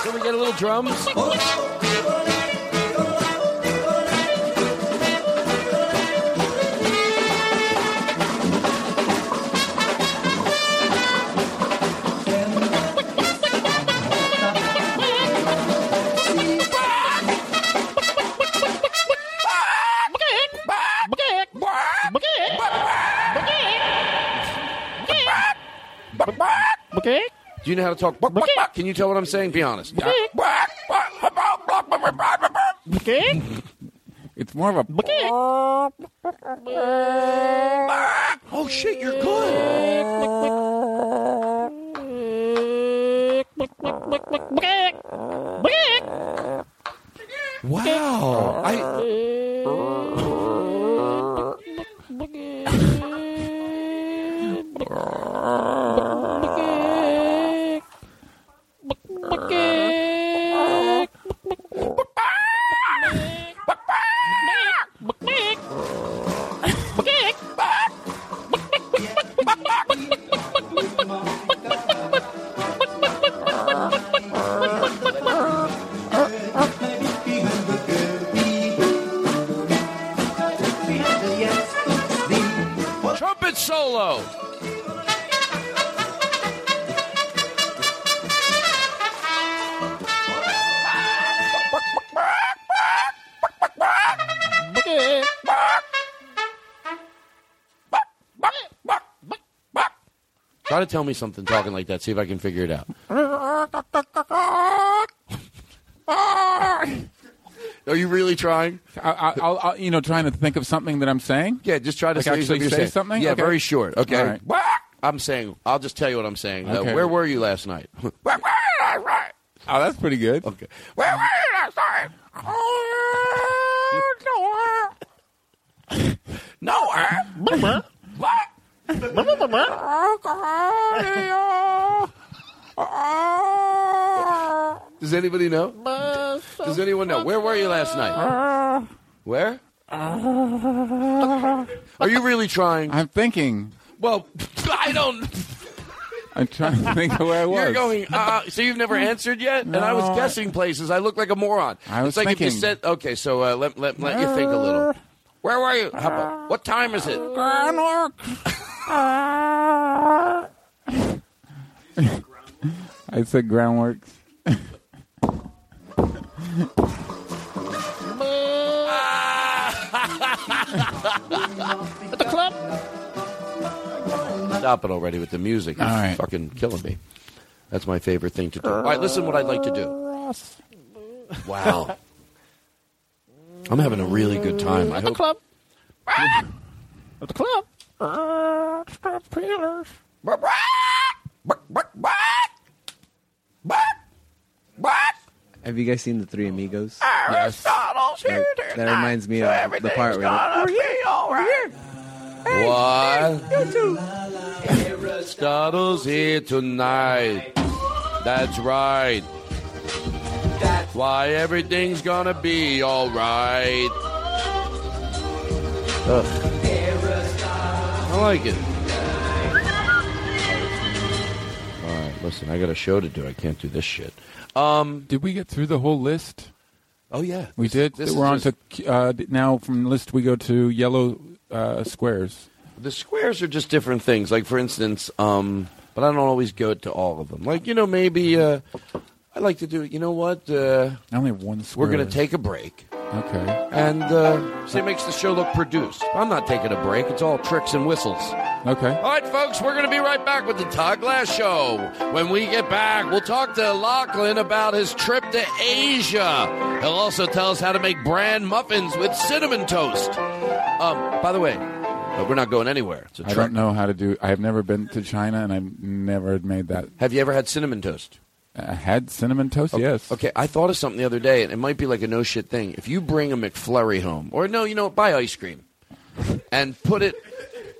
Speaker 4: Can we get a little drums?
Speaker 10: Okay.
Speaker 4: Do you know how to talk? Buck, buck, buck. Can you tell what I'm saying? Be honest.
Speaker 10: Okay.
Speaker 6: It's more of a.
Speaker 4: Oh shit, you're good. Wow. Trumpet solo. Try to tell me something talking like that. See if I can figure it out. Are you really trying?
Speaker 6: I, I, I'll, I'll, you know, trying to think of something that I'm saying.
Speaker 4: Yeah, just try to
Speaker 6: Like
Speaker 4: say,
Speaker 6: actually
Speaker 4: you're
Speaker 6: say
Speaker 4: saying.
Speaker 6: something?
Speaker 4: Yeah,
Speaker 6: Okay.
Speaker 4: very short. Okay.
Speaker 6: All right.
Speaker 4: I'm saying. I'll just tell you what I'm saying. Uh,
Speaker 6: Okay.
Speaker 4: where were you last night?
Speaker 6: Oh, that's pretty good.
Speaker 4: Okay. No. Does anybody know? Does anyone know? Where were you last
Speaker 6: Uh-huh.
Speaker 4: night? Where? Are you really trying?
Speaker 6: I'm thinking.
Speaker 4: Well, I don't.
Speaker 6: I'm trying to think of where I was.
Speaker 4: You're going. Uh, so you've never answered yet, and I was
Speaker 6: No, I-
Speaker 4: guessing places. I look like a moron.
Speaker 6: I was
Speaker 4: it's like if you
Speaker 6: thinking.
Speaker 4: said, "Okay, so uh, let let let you think a little." Where were you? How about- what time is it?
Speaker 6: I said groundworks.
Speaker 5: At the club.
Speaker 4: Stop it already with the music. It's
Speaker 6: All right.
Speaker 4: fucking killing me. That's my favorite thing to do. All right, listen. What I'd like to do. Wow. I'm having a really good time. I
Speaker 5: At the
Speaker 4: hope.
Speaker 5: club. At the club. Uh, Steelers.
Speaker 11: Have you guys seen the Three Amigos?
Speaker 5: Aristotle's
Speaker 11: That, that reminds me of the part where the-
Speaker 5: We're here. We're here. You
Speaker 4: What?
Speaker 5: too.
Speaker 4: Aristotle's here tonight. That's right. That's why everything's gonna be alright. Ugh. I like it. Alright, listen, I got a show to do. I can't do this shit. Um,
Speaker 6: Did we get through the whole list?
Speaker 4: oh, yeah.
Speaker 6: We did.
Speaker 4: this
Speaker 6: We're on
Speaker 4: is just-
Speaker 6: to uh, now from the list. We go to yellow uh, squares.
Speaker 4: The squares are just different things. Like, for instance, um, but I don't always go to all of them. Like, you know, maybe uh, I like to do, you know what? Uh,
Speaker 6: I only have one square.
Speaker 4: We're going to take a break.
Speaker 6: Okay.
Speaker 4: And uh, so it makes the show look produced. I'm not taking a break. It's all tricks and whistles.
Speaker 6: Okay.
Speaker 4: All right, folks, we're going to be right back with the Todd Glass Show. When we get back, we'll talk to Lachlan about his trip to Asia. He'll also tell us how to make bran muffins with cinnamon toast. Um, by the way, but we're not going anywhere. It's a
Speaker 6: I
Speaker 4: trick.
Speaker 6: don't know how to do. I have never been to China, and I've never made that.
Speaker 4: Have you ever had cinnamon toast?
Speaker 6: I had cinnamon toast. Yes.
Speaker 4: Okay, I thought of something the other day, and it might be like a no shit thing. If you bring a McFlurry home, or no, you know, what, buy ice cream and put it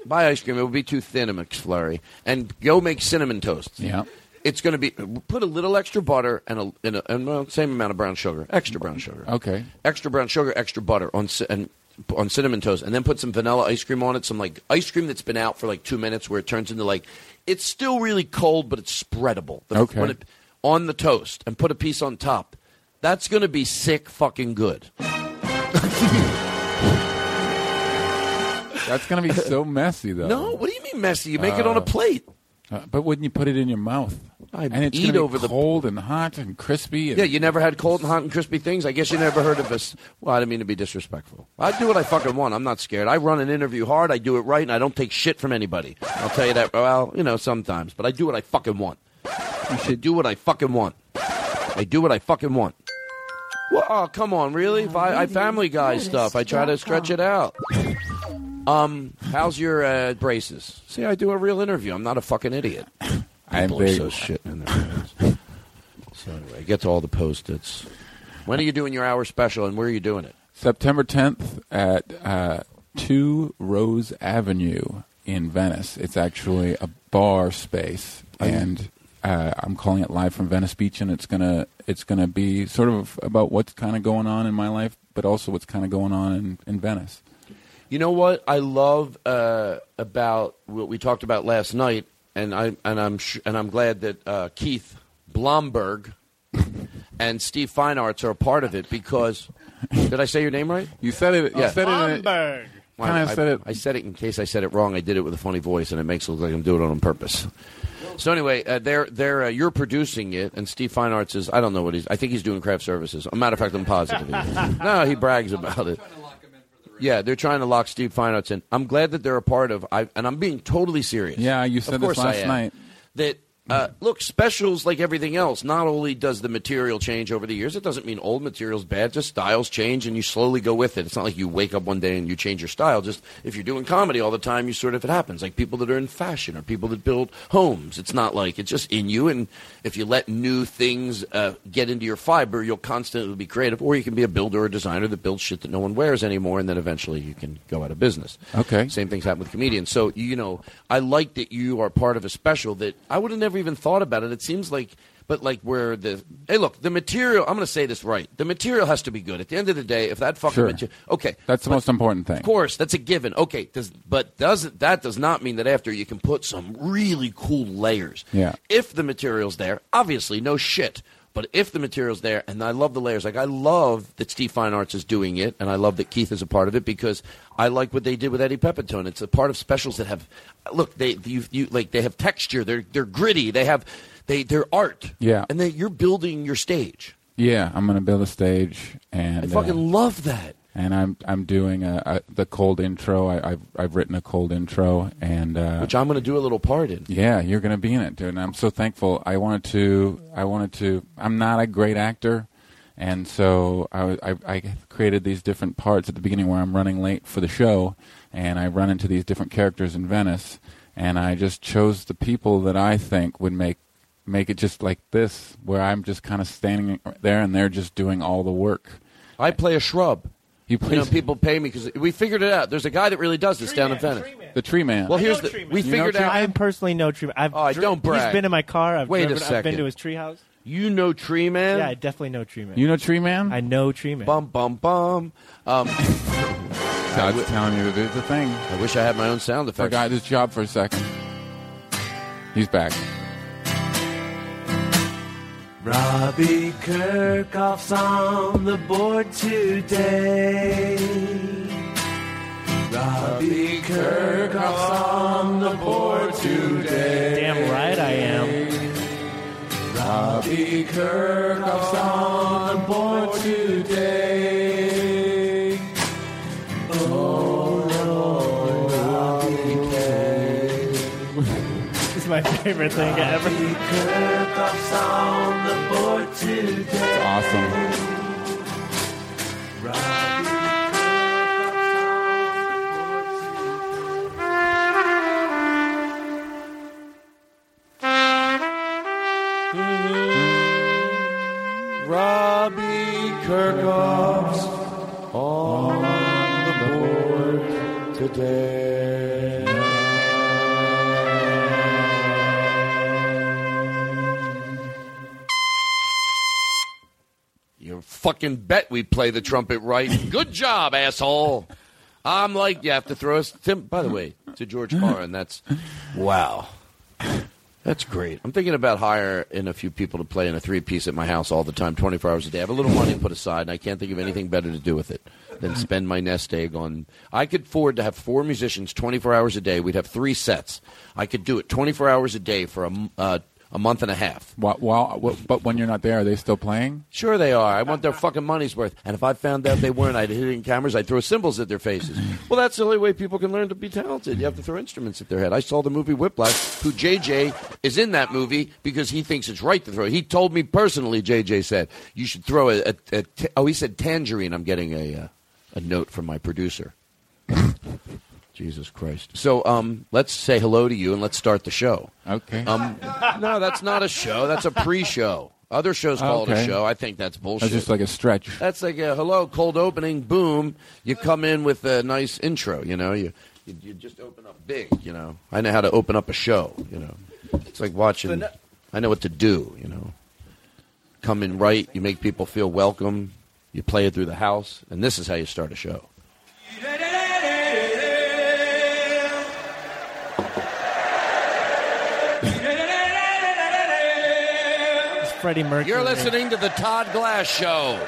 Speaker 4: buy ice cream. It would be too thin a McFlurry, and go make cinnamon toast.
Speaker 6: Yeah.
Speaker 4: It's going to be put a little extra butter and a, and a and well, same amount of brown sugar, extra brown sugar,
Speaker 6: Okay.
Speaker 4: extra brown sugar, extra butter on ci- and on cinnamon toast, and then put some vanilla ice cream on it. Some like ice cream that's been out for like two minutes, where it turns into like it's still really cold, but it's spreadable. The-
Speaker 6: Okay.
Speaker 4: when it- on the toast, and put a piece on top. That's going to be sick, fucking good.
Speaker 6: That's gonna be so messy, though.
Speaker 4: No, what do you mean messy? You make it on a
Speaker 6: Uh,
Speaker 4: plate.
Speaker 6: uh, but wouldn't you put it in your mouth?
Speaker 4: I
Speaker 6: and it's
Speaker 4: eat
Speaker 6: gonna be
Speaker 4: over the-
Speaker 6: cold and hot and crispy. And
Speaker 4: Yeah, you never had cold and hot and crispy things. I guess you never heard of us. Well, I didn't mean to be disrespectful. I do what I fucking want. I'm not scared. I run an interview hard. I do it right, and I don't take shit from anybody. I'll tell you that. Well, you know, sometimes, but I do what I fucking want. You should do what I fucking want. I do what I fucking want. Well, oh, come on, really? If I, I Family Guy stuff. I try to stretch it out. Um, how's your uh, braces? See, I do a real interview. I'm not a fucking idiot. People are
Speaker 6: big.
Speaker 4: so shitting in their brains. So anyway, get to all the post-its. When are you doing your hour special, and where are you doing it?
Speaker 6: September 10th at uh, 2 Rose Avenue in Venice. It's actually a bar space, and uh, I'm calling it Live from Venice Beach, and it's gonna it's gonna be sort of about what's kind of going on in my life, but also what's kind of going on in, in Venice.
Speaker 4: You know what I love uh, about what we talked about last night, and I and I'm sh- and I'm glad that uh, Keith Blomberg and Steve Fine Arts are a part of it because did I say your name right?
Speaker 6: You said it.
Speaker 4: Yeah.
Speaker 6: said it.
Speaker 10: Blomberg.
Speaker 4: Well,
Speaker 6: Kinda
Speaker 4: I,
Speaker 6: said it-
Speaker 4: I said it in case I said it wrong. I did it with a funny voice, and it makes it look like I'm doing it on purpose. So anyway, uh, they're, they're, uh, you're producing it, and Steve Fine Arts is I don't know what he's. I think he's doing craft services. A matter of fact, I'm positive. he is. no, he brags about it. Yeah, they're trying to lock Steve Fine Arts in. I'm glad that they're a part of. I and I'm being totally serious.
Speaker 6: Yeah, you
Speaker 4: Of
Speaker 6: said this
Speaker 4: course I
Speaker 6: last
Speaker 4: am.
Speaker 6: night.
Speaker 4: That uh, look specials like everything else. Not only does the material change over the years, it doesn't mean old materials bad. Just styles change, and you slowly go with it. It's not like you wake up one day and you change your style. Just if you're doing comedy all the time, you sort of it happens. Like people that are in fashion or people that build homes. It's not like it's just in you. And if you let new things uh, get into your fiber, you'll constantly be creative. Or you can be a builder or designer that builds shit that no one wears anymore, and then eventually you can go out of business.
Speaker 6: Okay.
Speaker 4: Same things happen with comedians. So, you know, I like that you are part of a special that I would have never even thought about it. It seems like, but like where the, hey, look, the material, I'm going to say this right. The material has to be good. At the end of the day, if that fucking
Speaker 6: Sure.
Speaker 4: material, okay.
Speaker 6: That's the most important thing.
Speaker 4: Of course, that's a given. Okay, does, but doesn't that does not mean that after you can put some really cool layers.
Speaker 6: Yeah.
Speaker 4: If the material's there, obviously, no shit. But if the material's there, and I love the layers, like I love that Steve Fine Arts is doing it, and I love that Keith is a part of it because I like what they did with Eddie Pepitone. It's a part of specials that have, look, they you, you like they have texture, they're they're gritty, they have they they're art,
Speaker 6: Yeah.
Speaker 4: and they, you're building your stage.
Speaker 6: Yeah, I'm gonna build a stage, and
Speaker 4: I fucking
Speaker 6: uh,
Speaker 4: love that.
Speaker 6: and I'm I'm doing a, a the cold intro. I, I've I've written a cold intro, and uh,
Speaker 4: Which I'm going to do a little part in.
Speaker 6: Yeah, you're going to be in it, dude. And I'm so thankful. I wanted to. I wanted to. I'm not a great actor, and so I, was- I, I created these different parts at the beginning where I'm running late for the show, and I run into these different characters in Venice, and I just chose the people that I think would make make it just like this, where I'm just kind of standing there and they're just doing all the work.
Speaker 4: I play a shrub.
Speaker 6: You
Speaker 4: You
Speaker 6: play
Speaker 4: know, people pay me because we figured it out. There's a guy that really does this down in Venice.
Speaker 6: the tree man.
Speaker 4: Well, here's the we
Speaker 6: You know
Speaker 4: figured
Speaker 6: Tree
Speaker 4: out.
Speaker 10: I personally know Tree Man. I've
Speaker 4: Oh,
Speaker 10: dri-
Speaker 4: don't brag.
Speaker 10: He's been in my car. I've
Speaker 4: Wait a
Speaker 10: driven- I've
Speaker 4: second.
Speaker 10: been to his treehouse.
Speaker 4: You know Tree Man.
Speaker 10: Yeah, I definitely know Tree Man.
Speaker 6: you know tree man.
Speaker 10: I know Tree Man.
Speaker 4: Bum bum bum. Um,
Speaker 6: God's telling you to do the thing.
Speaker 4: I wish I had my own sound effects.
Speaker 6: Forgot his job for a second. He's back.
Speaker 3: Robbie Kirkhoff's on the board today. Robbie Kirkhoff's on the board today.
Speaker 10: Damn right I am.
Speaker 3: Robbie Kirkhoff's on the board today.
Speaker 10: It's my favorite thing ever.
Speaker 3: Kirkhoff's on the board today.
Speaker 6: It's awesome.
Speaker 4: Robbie Kirkhoff's on the board today. fucking bet we play the trumpet right. Good job, asshole. I'm like, you have to throw us. Tim, by the way, to George Barr, and that's wow. That's great. I'm thinking about hiring a few people to play in a three piece at my house all the time, 24 hours a day. I have a little money put aside, and I can't think of anything better to do with it than spend my nest egg on. I could afford to have four musicians 24 hours a day. We'd have three sets. I could do it 24 hours a day for a, m- uh, a month and a half.
Speaker 6: While, while, wh- but when you're not there, are they still playing?
Speaker 4: Sure, they are. I want their fucking money's worth. And if I found out they weren't, I'd hit it in cameras. I'd throw cymbals at their faces. Well, that's the only way people can learn to be talented. You have to throw instruments at their head. I saw the movie Whiplash, who JJ is in that movie because he thinks it's right to throw. He told me personally, JJ said, you should throw a. a, a ta- oh, he said tangerine. I'm getting a, uh, a note from my producer. Jesus Christ. So um, let's say hello to you and let's start the show.
Speaker 6: Okay.
Speaker 4: Um, no, that's not a show. That's a pre-show. Other shows call it
Speaker 6: Okay.
Speaker 4: a show. I think that's bullshit.
Speaker 6: That's just like a stretch.
Speaker 4: That's like a hello, cold opening, boom. You come in with a nice intro. You know, you you, you just open up big. You know, I know how to open up a show. You know, it's like watching.
Speaker 5: But
Speaker 4: I know what to do. You know, come in right. You make people feel welcome. You play it through the house, and this is how you start a show.
Speaker 10: It's Freddie Mercury.
Speaker 4: You're listening to the Todd Glass Show.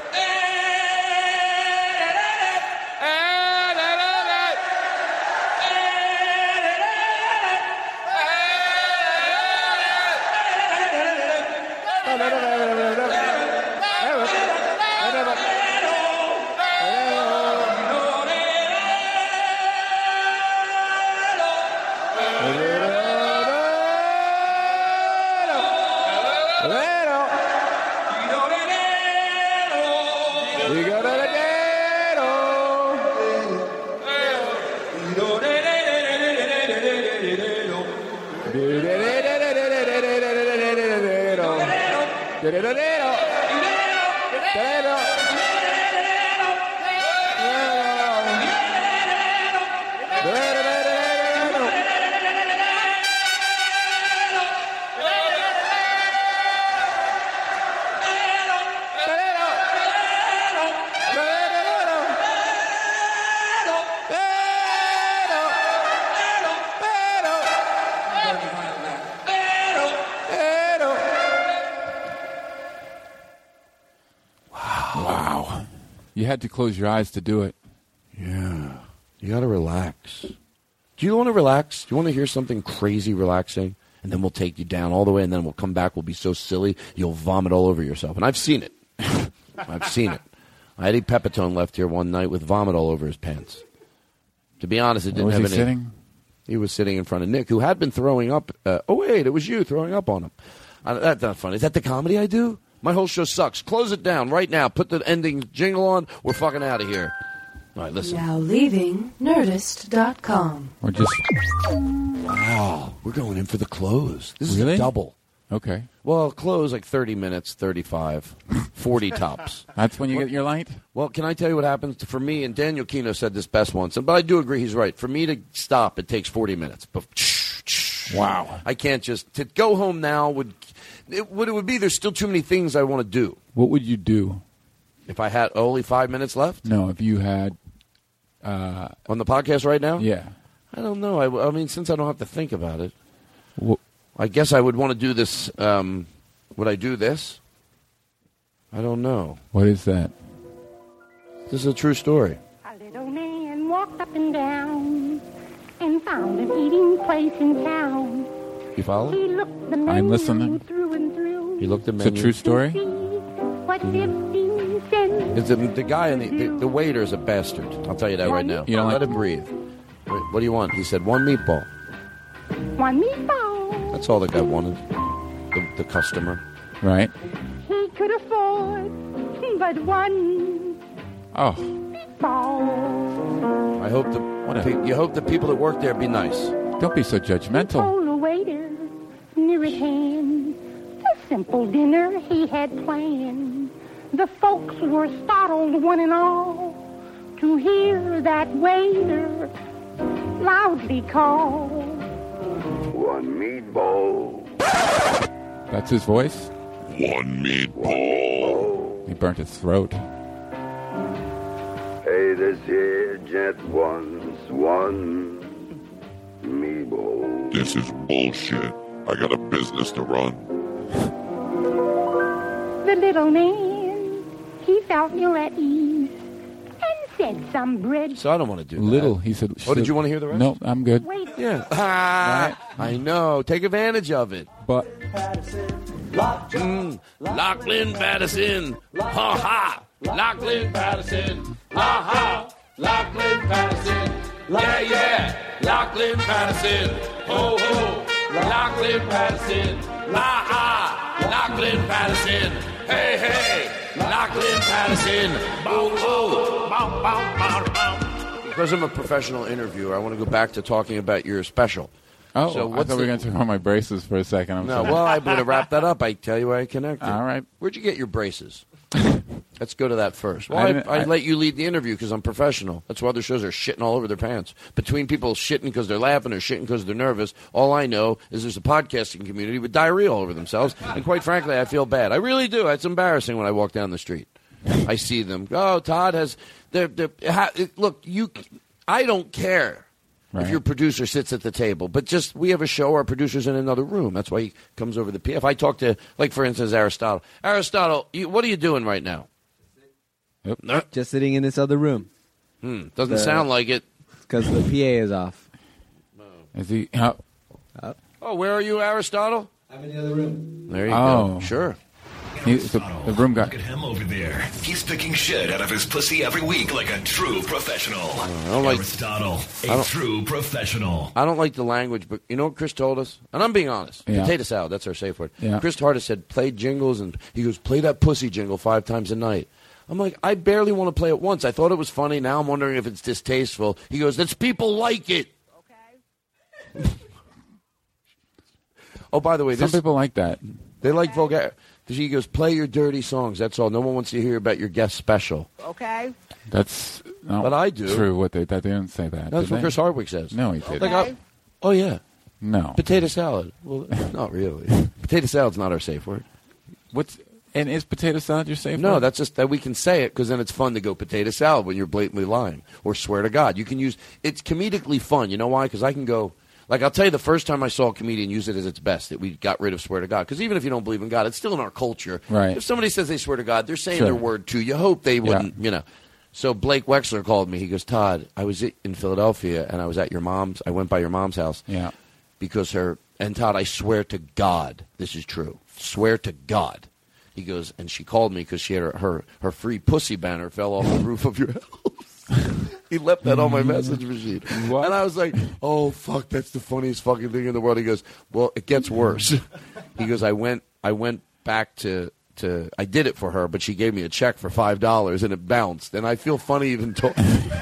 Speaker 6: Wow. You had to close your eyes to do it.
Speaker 4: Yeah. You got to relax. Do you want to relax? Do you want to hear something crazy relaxing? And then we'll take you down all the way, and then we'll come back. We'll be so silly, you'll vomit all over yourself. And I've seen it. I've seen it. I had a Pepitone left here one night with vomit all over his pants. To be honest, it didn't
Speaker 6: was
Speaker 4: have
Speaker 6: Oh, he
Speaker 4: any.
Speaker 6: sitting?
Speaker 4: He was sitting in front of Nick, who had been throwing up. Uh, oh wait, it was you throwing up on him. Uh, that's not funny. Is that the comedy I do? My whole show sucks. Close it down right now. Put the ending jingle on. We're fucking out of here. All right, listen.
Speaker 12: Now leaving Nerdist.com.
Speaker 6: Or just
Speaker 4: Wow, we're going in for the close. This
Speaker 6: Really?
Speaker 4: is a double.
Speaker 6: Okay.
Speaker 4: Well, close like 30 minutes, 35, 40 tops.
Speaker 6: That's when you get your light?
Speaker 4: Well, can I tell you what happens to- for me? And Daniel Kino said this best once, and- but I do agree he's right. For me to stop, it takes 40 minutes. But
Speaker 6: Wow.
Speaker 4: I can't just to go home now would it, what it would be there's still too many things I want to do.
Speaker 6: What would you do?
Speaker 4: If I had only 5 minutes left
Speaker 6: No, if you had. Uh,
Speaker 4: on the podcast right now?
Speaker 6: yeah.
Speaker 4: I don't know. I, w- I mean, since I don't have to think about it,
Speaker 6: Wh-
Speaker 4: I guess I would want to do this. Um, would I do this? I don't know.
Speaker 6: What is that?
Speaker 4: This is a true story.
Speaker 13: Little man walked up and down and found an eating place in town.
Speaker 4: You follow?
Speaker 13: He looked the
Speaker 6: I'm
Speaker 13: menu
Speaker 6: listening.
Speaker 13: through and through.
Speaker 4: He looked at
Speaker 6: It's a
Speaker 4: menu.
Speaker 6: true story?
Speaker 13: What fifteen cents?
Speaker 4: It's the, the guy in the, the the waiter is a bastard. I'll tell you that right now.
Speaker 6: You don't
Speaker 4: Let
Speaker 6: like-
Speaker 4: him breathe. Wait, what do you want? He said one meatball.
Speaker 13: One meatball
Speaker 4: That's all the guy wanted. The, the customer.
Speaker 6: Right.
Speaker 13: he could afford, but one
Speaker 6: Oh,
Speaker 13: meatball.
Speaker 4: I hope the pe- you hope the people that work there be nice.
Speaker 6: don't be so judgmental.
Speaker 13: Told the waiter near at hand the simple dinner he had planned. The folks were startled, one and all, to hear that waiter loudly call.
Speaker 14: One meatball.
Speaker 6: That's his voice?
Speaker 9: One meatball.
Speaker 6: He burnt his throat.
Speaker 14: Hey, this here jet once one meeble.
Speaker 9: This is bullshit. I got a business to run.
Speaker 13: The little man, he felt ill at ease and said some bread.
Speaker 4: So I don't want to do that.
Speaker 6: Little, he said.
Speaker 4: Oh, did you want to hear the rest?
Speaker 6: No, I'm good.
Speaker 4: Yeah. Ah, I know. Take advantage of it.
Speaker 6: But.
Speaker 4: Mm, Lachlan Patterson. Ha ha. Lachlan Patterson. Ha ha. Lachlan Patterson. Yeah, yeah. Lachlan Patterson. Ho ho. Lachlan Patterson. La ha. Lachlan Patterson. Hey hey. Lachlan Patterson. Boom boom. Bow bow bow bow. Because I'm a professional interviewer, I want to go back to talking about your special.
Speaker 6: Oh,
Speaker 4: So
Speaker 6: I
Speaker 4: what's
Speaker 6: thought we were
Speaker 4: the-
Speaker 6: going to turn on my braces for a second. I'm
Speaker 4: No,
Speaker 6: sorry.
Speaker 4: well, I would have wrapped that up. I tell you where I connected.
Speaker 6: All right.
Speaker 4: Where'd you get your braces? Let's go to that first.
Speaker 6: I
Speaker 4: Well,
Speaker 6: didn't-
Speaker 4: I, I,
Speaker 6: I-
Speaker 4: let you lead the interview because I'm professional. That's why other shows are shitting all over their pants. Between people shitting because they're laughing or shitting because they're nervous, all I know is there's a podcasting community with diarrhea all over themselves. And quite frankly, I feel bad. I really do. It's embarrassing when I walk down the street. I see them. Oh, Todd has. They're, they're, ha, look, you. I don't care if your producer sits at the table. But just we have a show. Our producer's in another room. That's why he comes over the PF. I talk to, like for instance, Aristotle. Aristotle, you, what are you doing right now?
Speaker 11: Just sitting in this other room.
Speaker 4: Hmm, doesn't sound like it.
Speaker 11: Because the PA is off.
Speaker 6: Is he? How,
Speaker 4: Oh, where are you, Aristotle?
Speaker 11: I'm in the other room.
Speaker 4: There you
Speaker 6: oh,
Speaker 4: go. Sure.
Speaker 6: He, the, the room got.
Speaker 15: Look at him over there. He's picking shit out of his pussy every week like a true professional.
Speaker 4: don't like-
Speaker 15: Aristotle,
Speaker 4: I
Speaker 15: a
Speaker 4: don't-
Speaker 15: true professional.
Speaker 4: I don't like the language, but you know what Chris told us? And I'm being honest.
Speaker 15: Yeah.
Speaker 4: Potato salad, that's our safe word.
Speaker 15: Yeah.
Speaker 4: Chris Hardis said, play jingles, and he goes, play that pussy jingle five times a night. I'm like, I barely want to play it once. I thought it was funny. Now I'm wondering if it's distasteful. He goes, that's people like it. Okay. oh, by the way,
Speaker 6: Some
Speaker 4: this,
Speaker 6: people like that.
Speaker 4: they like vulgar. He goes, play your dirty songs. That's all. No one wants to hear about your guest special.
Speaker 5: Okay.
Speaker 6: That's not
Speaker 4: But I do.
Speaker 6: True. What they that they didn't say that.
Speaker 4: That's
Speaker 6: did
Speaker 4: what
Speaker 6: they?
Speaker 4: Chris Hardwick says.
Speaker 6: No, he did.
Speaker 4: Like, I- oh, yeah.
Speaker 6: no.
Speaker 4: Potato salad. Well, not really. potato salad's not our safe word.
Speaker 6: What's and is potato salad your safe?
Speaker 4: No,
Speaker 6: word?
Speaker 4: that's just that we can say it because then it's fun to go potato salad when you're blatantly lying or swear to God. You can use it's comedically fun. You know why? Because I can go. Like I'll tell you, the first time I saw a comedian use it as its best, that we got rid of swear to God. Because even if you don't believe in God, it's still in our culture.
Speaker 6: Right.
Speaker 4: If somebody says they swear to God, they're saying
Speaker 6: Sure.
Speaker 4: their word too. You hope they wouldn't, you know. So Blake Wexler called me. He goes, Todd, I was i- in Philadelphia and I was at your mom's. I went by your mom's house.
Speaker 6: Yeah.
Speaker 4: Because her and Todd, I swear to God, this is true. Swear to God. He goes, and she called me because she had her, her her free pussy banner fell off the roof of your house. he left that on my message machine, and I was like, "Oh fuck, that's the funniest fucking thing in the world." He goes, "Well, it gets worse." he goes, "I went, I went back to." To, I did it for her, but she gave me a check for five dollars and it bounced, and I feel funny even talking.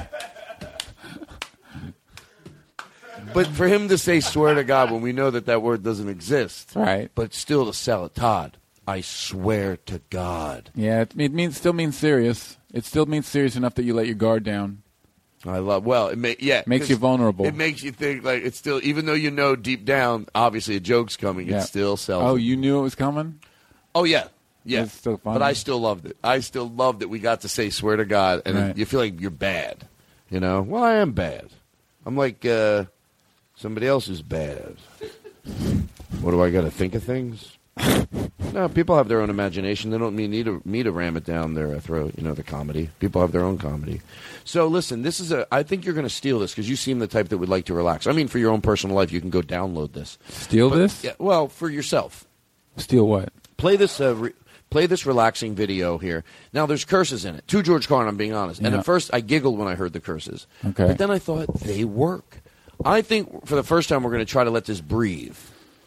Speaker 4: But for him to say "swear to God" when we know that that word doesn't exist,
Speaker 6: Right.
Speaker 4: But still to sell it, Todd, I swear to God,
Speaker 6: Yeah, it, it means still means serious. It still means serious enough that you let your guard down.
Speaker 4: I love. Well, it may, yeah,
Speaker 6: Makes you
Speaker 4: 'cause
Speaker 6: vulnerable.
Speaker 4: It makes you think like it's still, even though you know deep down, obviously a joke's coming,
Speaker 6: Yeah.
Speaker 4: it still sells.
Speaker 6: Oh, you knew it was coming.
Speaker 4: Oh yeah, yeah.
Speaker 6: It's still fun.
Speaker 4: But I still loved it. I still loved that we got to say "swear to God," and
Speaker 6: Right.
Speaker 4: you feel like you're bad. You know, well, I am bad. I'm like uh, somebody else is bad. What do I got to think of things? no, people have their own imagination. They don't mean need to, me to ram it down their throat. You know, the comedy. People have their own comedy. So listen, this is a. I think you're going to steal this because you seem the type that would like to relax. I mean, for your own personal life, you can go download this.
Speaker 6: Steal this?
Speaker 4: Yeah, well, for yourself
Speaker 6: Steal what?
Speaker 4: play this uh, re- play this relaxing video here. Now there's curses in it. To George Carlin, I'm being honest. And
Speaker 6: Yeah.
Speaker 4: at first I giggled when I heard the curses.
Speaker 6: Okay.
Speaker 4: But then I thought they work. I think for the first time we're going to try to let this breathe.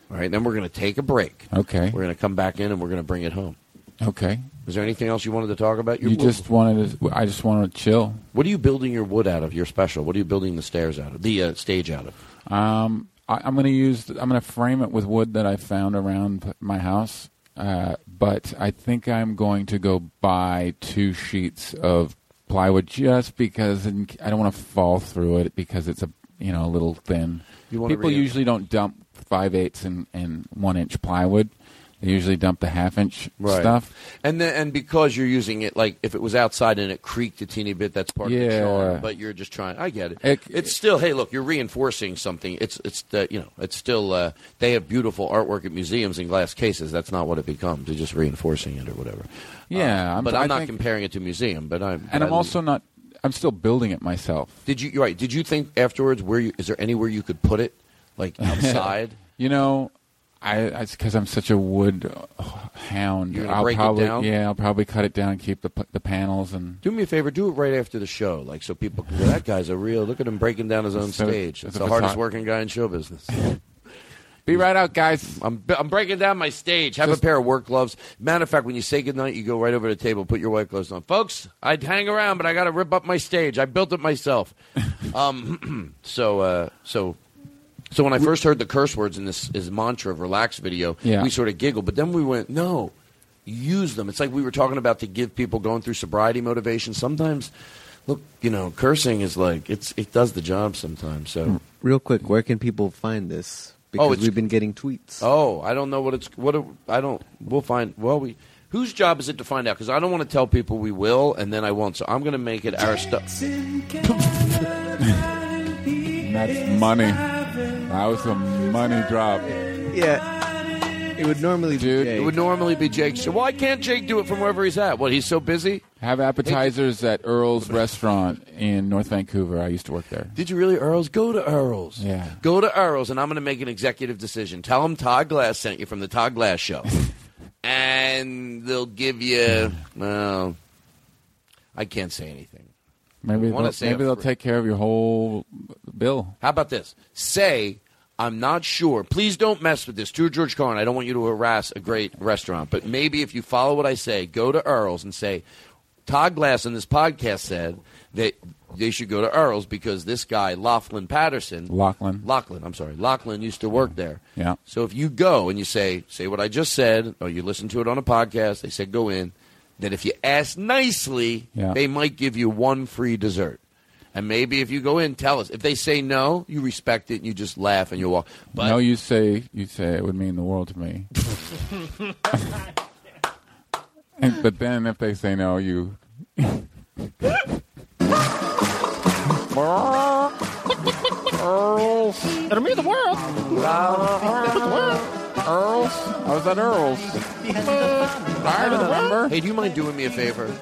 Speaker 4: All right. Then we're going to take a break.
Speaker 6: Okay.
Speaker 4: We're going to come back in and we're going to bring it home.
Speaker 6: Okay.
Speaker 4: Is there anything else you wanted to talk about? Your
Speaker 6: You
Speaker 4: wood-
Speaker 6: just wanted to. I just wanted to chill.
Speaker 4: What are you building your wood out of? Your special. What are you building the stairs out of? The uh, stage out of?
Speaker 6: Um, I, I'm going to use. I'm going to frame it with wood that I found around p- my house. Uh, but I think I'm going to go buy two sheets of plywood just because in, I don't want to fall through it because it's a you know a little thin.
Speaker 4: You wanna
Speaker 6: People
Speaker 4: re-
Speaker 6: usually don't dump five eighths and and one inch plywood. They usually dump the half inch stuff.
Speaker 4: And then, and because you're using it like if it was outside and it creaked a teeny bit, that's part of the
Speaker 6: Yeah.
Speaker 4: charm. But you're just trying. I get it.
Speaker 6: It-
Speaker 4: It's still hey, look, you're reinforcing something. It's it's the you know it's still uh, they have beautiful artwork at museums in glass cases. That's not what it becomes. They're just reinforcing it or whatever.
Speaker 6: Yeah,
Speaker 4: Uh,
Speaker 6: I'm-
Speaker 4: but
Speaker 6: I
Speaker 4: I'm not
Speaker 6: think-
Speaker 4: comparing it to a museum. But I'm
Speaker 6: And
Speaker 4: but
Speaker 6: I'm
Speaker 4: I-
Speaker 6: also not. I'm still building it myself.
Speaker 4: Did you you're right? Did you think afterwards where you, is there anywhere you could put it like outside?
Speaker 6: You know, I it's because I'm such a wood uh, hound.
Speaker 4: You're gonna
Speaker 6: I'll
Speaker 4: break it
Speaker 6: probably
Speaker 4: down?
Speaker 6: yeah, I'll probably cut it down and keep the p- the panels and
Speaker 4: Do me a favor. Do it right after the show, like so people can go. That guy's a real. Look at him breaking down his own
Speaker 6: So-
Speaker 4: stage. That's
Speaker 6: so
Speaker 4: the
Speaker 6: it's
Speaker 4: hardest
Speaker 6: hot.
Speaker 4: working guy in show business.
Speaker 6: Be right out, guys.
Speaker 4: I'm I'm breaking down my stage. Have a pair of work gloves. Matter of fact, when you say goodnight, you go right over to the table, put your white gloves on, folks. I'd hang around, but I got to rip up my stage. I built it myself. um, so uh, so. So when I first heard the curse words in this is mantra of relax video,
Speaker 6: Yeah.
Speaker 4: we sort of giggled, but then we went, no, use them. It's like we were talking about to give people going through sobriety motivation. Sometimes, look, you know, cursing is like it's it does the job sometimes. So
Speaker 11: Hmm.
Speaker 4: Oh,
Speaker 11: Real quick, where can people find this? Mm. Because
Speaker 4: it's-
Speaker 11: we've been getting tweets.
Speaker 4: Oh, I don't know what it's what do- I don't. We'll find. Well, we whose job is it to find out? Because I don't want to tell people we will, and then I won't. So I'm going to make it our stuff.
Speaker 6: that's money. That was a money drop.
Speaker 11: Yeah, it would normally
Speaker 4: Dude, it would normally be Jake. So why can't Jake do it from wherever he's at? What he's so busy.
Speaker 6: Have appetizers at Earl's Restaurant in North Vancouver. I used to work there.
Speaker 4: Did you really Earls? Go to Earls.
Speaker 6: Yeah.
Speaker 4: Go to Earls, and I'm going to make an executive decision. Tell them Todd Glass sent you from the Todd Glass show, and they'll give you. Well, I can't say anything.
Speaker 6: Maybe
Speaker 4: wanna
Speaker 6: they'll,
Speaker 4: say
Speaker 6: maybe
Speaker 4: a
Speaker 6: they'll
Speaker 4: fr-
Speaker 6: take care of your whole bill.
Speaker 4: How about this? Say, I'm not sure. Please don't mess with this. To George Carlin, I don't want you to harass a great restaurant, but maybe if you follow what I say, go to Earl's and say, Todd Glass on this podcast said that they should go to Earl's because this guy, Laughlin Patterson,
Speaker 6: Lachlan.
Speaker 4: Lachlan, I'm sorry, Lachlan used to work there.
Speaker 6: Yeah.
Speaker 4: So if you go and you say, say what I just said, or you listen to it on a podcast, they said go in, then if you ask nicely,
Speaker 6: Yeah.
Speaker 4: they might give you one free dessert. And maybe if you go in, tell us. If they say no, you respect it and you just laugh and you walk. But
Speaker 6: no, you say you say it would mean the world to me. And- but then if they say no, you
Speaker 5: Earls. It'll mean the world.
Speaker 6: Earls. I was at Earls.
Speaker 4: I remember. Hey, do you mind doing me a favor?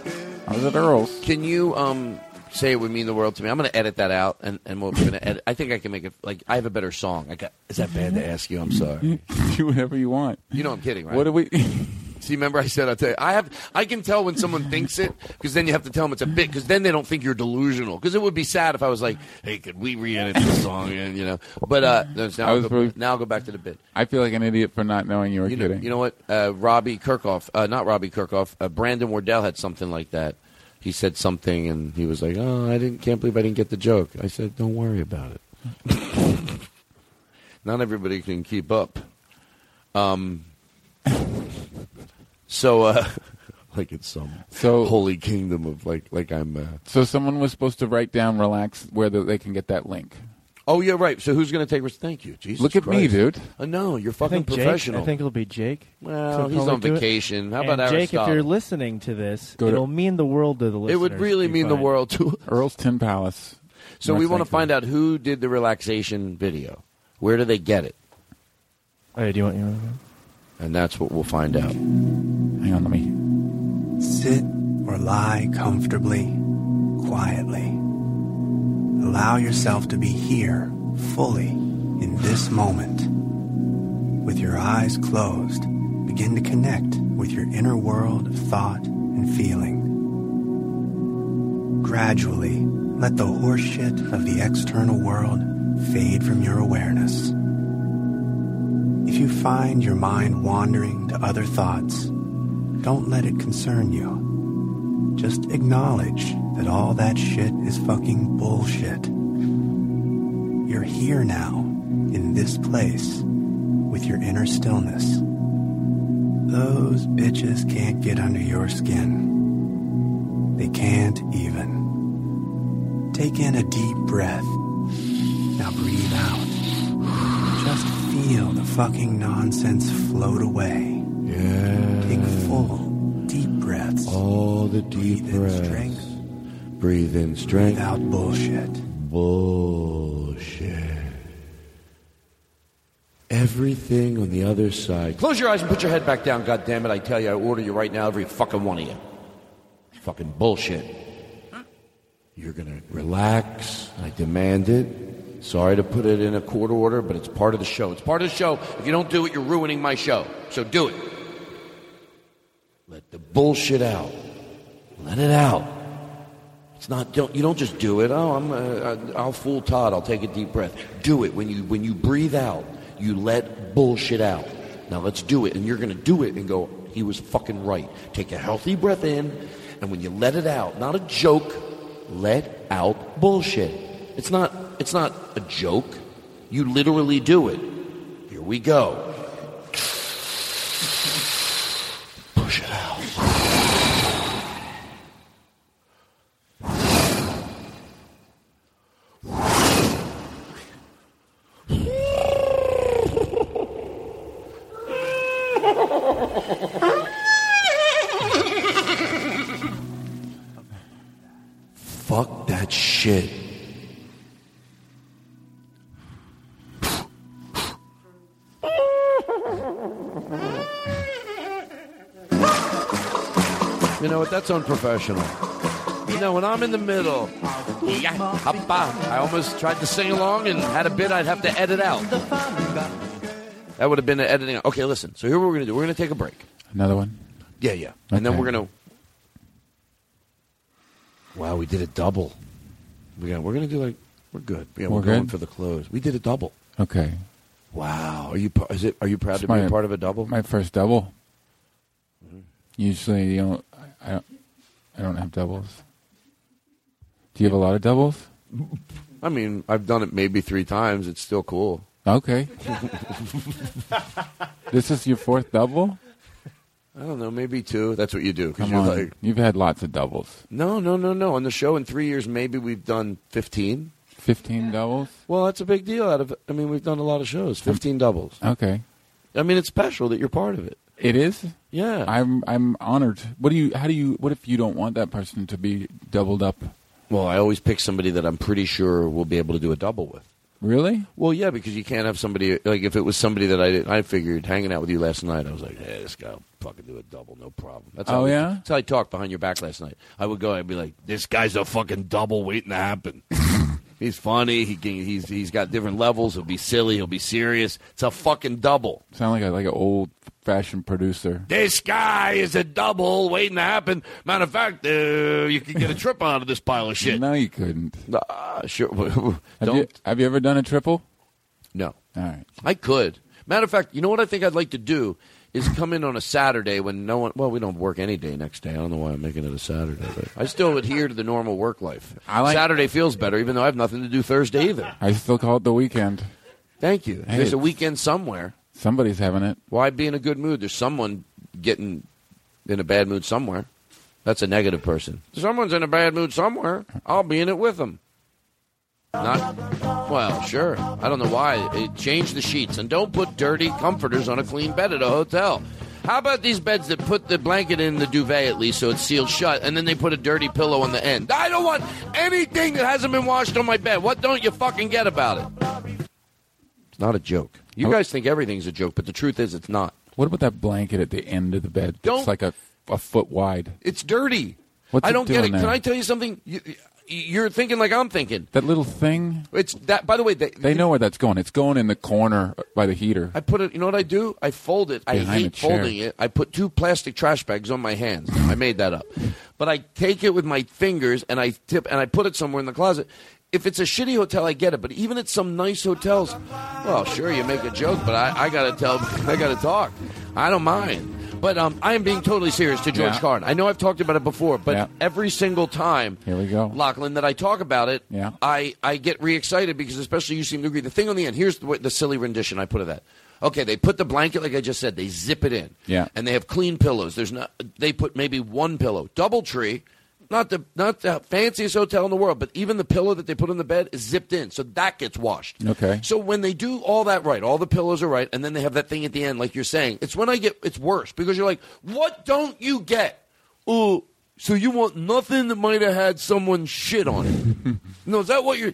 Speaker 6: I was at Earls.
Speaker 4: Can you um say it would mean the world to me? I'm going to edit that out, and and we're going to edit. I think I can make it. Like I have a better song. I got. Is that bad to ask you? I'm sorry.
Speaker 6: do whatever you want.
Speaker 4: You know I'm kidding, right?
Speaker 6: What do we?
Speaker 4: See, remember I said I tell you, I have I can tell when someone thinks it because then you have to tell them it's a bit because then they don't think you're delusional because it would be sad if I was like, hey, could we re-edit this song and you know, but uh, no, it's now
Speaker 6: I
Speaker 4: I'll
Speaker 6: was
Speaker 4: go,
Speaker 6: really-
Speaker 4: now I'll go back to the bit.
Speaker 6: I feel like an idiot for not knowing you were
Speaker 4: You know,
Speaker 6: kidding.
Speaker 4: you know what? Uh, Robbie Kirkhoff, uh, not Robbie Kirkhoff, uh, Brandon Wardell had something like that. He said something and he was like, oh, I didn't can't believe I didn't get the joke. I said, don't worry about it. Not everybody can keep up. Um, so, uh, like it's some
Speaker 6: So-
Speaker 4: holy kingdom of like, like I'm. Uh,
Speaker 6: so someone was supposed to write down relax where the, they can get that link.
Speaker 4: oh yeah, right. So who's gonna take? res- Thank you, Jesus.
Speaker 6: Look at me,
Speaker 4: Christ.
Speaker 6: dude.
Speaker 4: Uh, no, you're
Speaker 10: I
Speaker 4: fucking
Speaker 10: think
Speaker 4: professional.
Speaker 10: Jake, I think it'll be Jake.
Speaker 4: Well,
Speaker 10: So
Speaker 4: he's
Speaker 10: probably
Speaker 4: on
Speaker 10: do it.
Speaker 4: vacation. How
Speaker 10: And
Speaker 4: about
Speaker 10: Jake? If
Speaker 4: Aristotle?
Speaker 10: you're listening to this,
Speaker 6: Go to-
Speaker 10: it'll mean the world to the listeners.
Speaker 4: It would really
Speaker 10: if you
Speaker 4: mean the
Speaker 10: find-
Speaker 4: world to.
Speaker 6: Earl's Tin Palace.
Speaker 4: So we want to find out who did the relaxation video. Where do they get it?
Speaker 10: Hey, do you want your other one?
Speaker 4: And that's what we'll find out.
Speaker 6: Hang on, let me.
Speaker 16: Sit or lie comfortably, quietly. Allow yourself to be here fully in this moment. With your eyes closed, begin to connect with your inner world of thought and feeling. Gradually, let the horseshit of the external world fade from your awareness. If you find your mind wandering to other thoughts, don't let it concern you. Just acknowledge that all that shit is fucking bullshit. You're here now, in this place, with your inner stillness. Those bitches can't get under your skin. They can't even. Take in a deep breath. Now breathe out. Just feel the fucking nonsense float away Take full, deep breaths.
Speaker 4: Oh,
Speaker 17: All the deep breaths. Breathe in strength.
Speaker 16: Without bullshit.
Speaker 17: Bullshit. Everything on the other side.
Speaker 4: Close your eyes and put your head back down. God damn it! I tell you, I order you right now, every fucking one of you. Fucking bullshit.
Speaker 17: You're gonna
Speaker 4: Relax. I demand it. Sorry to put it in a court order, but it's part of the show. It's part of the show. If you don't do it, you're ruining my show. So do it. Let the bullshit out. Let it out. It's not. Don't, you don't just do it. Oh, I'm. Uh, I'll fool Todd. I'll take a deep breath. Do it when you when you breathe out. You let bullshit out. Now let's do it, and you're gonna do it and go. He was fucking right. Take a healthy breath in, and when you let it out, not a joke. Let out bullshit. It's not. It's not a joke. You literally do it. Here we go. Push it out.
Speaker 17: fuck that shit.
Speaker 4: You know what? That's unprofessional. You know, when I'm in the middle, yeah, hoppa, I almost tried to sing along and had a bit I'd have to edit out. That would have been an editing. Okay, listen. So here what we're gonna do. We're gonna take a break.
Speaker 6: Another one?
Speaker 4: Yeah, yeah. And then
Speaker 6: Okay.
Speaker 4: we're gonna. Wow, we did a double. We got. We're gonna do like we're good. Yeah, we're,
Speaker 6: We're
Speaker 4: going
Speaker 6: good?
Speaker 4: for the close. We did a double.
Speaker 6: Okay.
Speaker 4: Wow. Are you? pr- Is it? Are you proud
Speaker 6: It's
Speaker 4: to be a part of a double? Mm-hmm.
Speaker 6: My first double. Usually, you know, I I don't, I don't have doubles. Do you have a lot of doubles?
Speaker 4: I mean, I've done it maybe three times. It's still cool.
Speaker 6: Okay. this is your fourth double.
Speaker 4: I don't know, maybe two. That's what you do because
Speaker 6: Come
Speaker 4: you're
Speaker 6: on,
Speaker 4: like,
Speaker 6: you've had lots of doubles.
Speaker 4: no, no, no, no. On the show in three years, maybe we've done fifteen.
Speaker 6: Fifteen doubles.
Speaker 4: Well, that's a big deal. Out of, I mean, we've done a lot of shows. Fifteen doubles.
Speaker 6: Okay.
Speaker 4: I mean, it's special that you're part of it.
Speaker 6: It is.
Speaker 4: Yeah.
Speaker 6: I'm. I'm honored. What do you? How do you? What if you don't want that person to be doubled up?
Speaker 4: Well, I always pick somebody that I'm pretty sure we'll be able to do a double with.
Speaker 6: Really?
Speaker 4: Well, yeah, because you can't have somebody like if it was somebody that I did, I figured hanging out with you last night, I was like, hey, this guy will fucking do a double, no problem. That's how
Speaker 6: Oh,
Speaker 4: I-
Speaker 6: yeah?
Speaker 4: that's how I talked behind your back last night. I would go, I'd be like, this guy's a fucking double waiting to happen. he's funny. He can, he's he's got different levels. He'll be silly. He'll be serious. It's a fucking double.
Speaker 6: Sound like a like an old fashioned producer.
Speaker 4: This guy is a double waiting to happen. Matter of fact, uh, you could get a trip out of this pile of shit.
Speaker 6: No, you couldn't.
Speaker 4: Uh, sure.
Speaker 6: Have you, have you ever done a triple?
Speaker 4: No.
Speaker 6: All right.
Speaker 4: I could. Matter of fact, you know what I think I'd like to do is come in on a Saturday when no one. Well, we don't work any day next day. I don't know why I'm making it a Saturday, but I still adhere to the normal work life.
Speaker 6: I like-
Speaker 4: Saturday feels better, even though I have nothing to do Thursday either.
Speaker 6: I still call it the weekend.
Speaker 4: Thank you.
Speaker 6: Hey,
Speaker 4: There's a
Speaker 6: it's-
Speaker 4: weekend somewhere.
Speaker 6: Somebody's having it.
Speaker 4: Why be in a good mood? There's someone getting in a bad mood somewhere. That's a negative person. Someone's in a bad mood somewhere. I'll be in it with them. Not well, sure. I don't know why. It changed the sheets and don't put dirty comforters on a clean bed at a hotel. How about these beds that put the blanket in the duvet at least so it's sealed shut and then they put a dirty pillow on the end? I don't want anything that hasn't been washed on my bed. What don't you fucking get about it? It's not a joke. You guys think everything's a joke, but the truth is it's not.
Speaker 6: What about that blanket at the end of the bed?
Speaker 4: Don't-
Speaker 6: It's like a, a foot wide.
Speaker 4: It's dirty.
Speaker 6: What's
Speaker 4: I
Speaker 6: it
Speaker 4: don't get
Speaker 6: doing
Speaker 4: it.
Speaker 6: there?
Speaker 4: Can I tell you something? You, you're thinking like I'm thinking.
Speaker 6: That little thing.
Speaker 4: It's that. By the way, they,
Speaker 6: They know where that's going. It's going in the corner by the heater.
Speaker 4: I put it. You know what I do? I fold it. I
Speaker 6: Behind
Speaker 4: hate
Speaker 6: the chair. Uh-huh.
Speaker 4: folding it. I put two plastic trash bags on my hands. I made that up, but I take it with my fingers and I tip and I put it somewhere in the closet. If it's a shitty hotel, I get it. But even at some nice hotels, well, sure you make a joke, but I, I gotta tell, I gotta talk. I don't mind. But um, I am being totally serious to George
Speaker 6: Yeah.
Speaker 4: Carlin. I know I've talked about it before, but
Speaker 6: Yeah.
Speaker 4: every single time,
Speaker 6: Here we go.
Speaker 4: Lachlan, that I talk about it,
Speaker 6: Yeah.
Speaker 4: I, I get re excited because, especially, you seem to agree. The thing on the end, here's the, way- the silly rendition I put of that. Okay, they put the blanket, like I just said, they zip it in.
Speaker 6: Yeah.
Speaker 4: And they have clean pillows. There's not, they put maybe one pillow. Double tree. Not the not the fanciest hotel in the world, but even the pillow that they put on the bed is zipped in, so that gets washed.
Speaker 6: Okay.
Speaker 4: So when they do all that right, all the pillows are right, and then they have that thing at the end, like you're saying, it's when I get it's worse because you're like, what don't you get? Ooh, so you want nothing that might have had someone shit on it? no, is that what you're?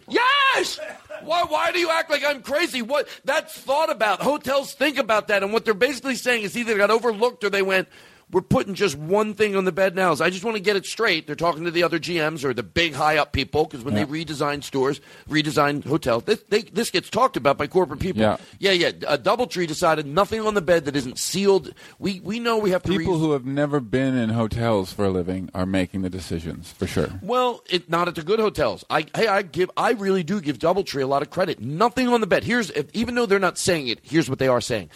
Speaker 4: Yes. Why? Why do you act like I'm crazy? What? That's thought about. Hotels think about that, and what they're basically saying is either they got overlooked or they went. We're putting just one thing on the bed now. Is I just want to get it straight. They're talking to the other GMs or the big high up people because when they redesign stores, redesign hotels, this, they, this gets talked about by corporate people.
Speaker 6: Yeah.
Speaker 4: yeah, yeah. Uh, DoubleTree decided nothing on the bed that isn't sealed. We we know we have to.
Speaker 6: People who have never been in hotels for a living are making the decisions for sure.
Speaker 4: Well, it, not at the good hotels. I hey, I give, I really do give DoubleTree a lot of credit. Nothing on the bed. Here's if, even though they're not saying it. Here's what they are saying.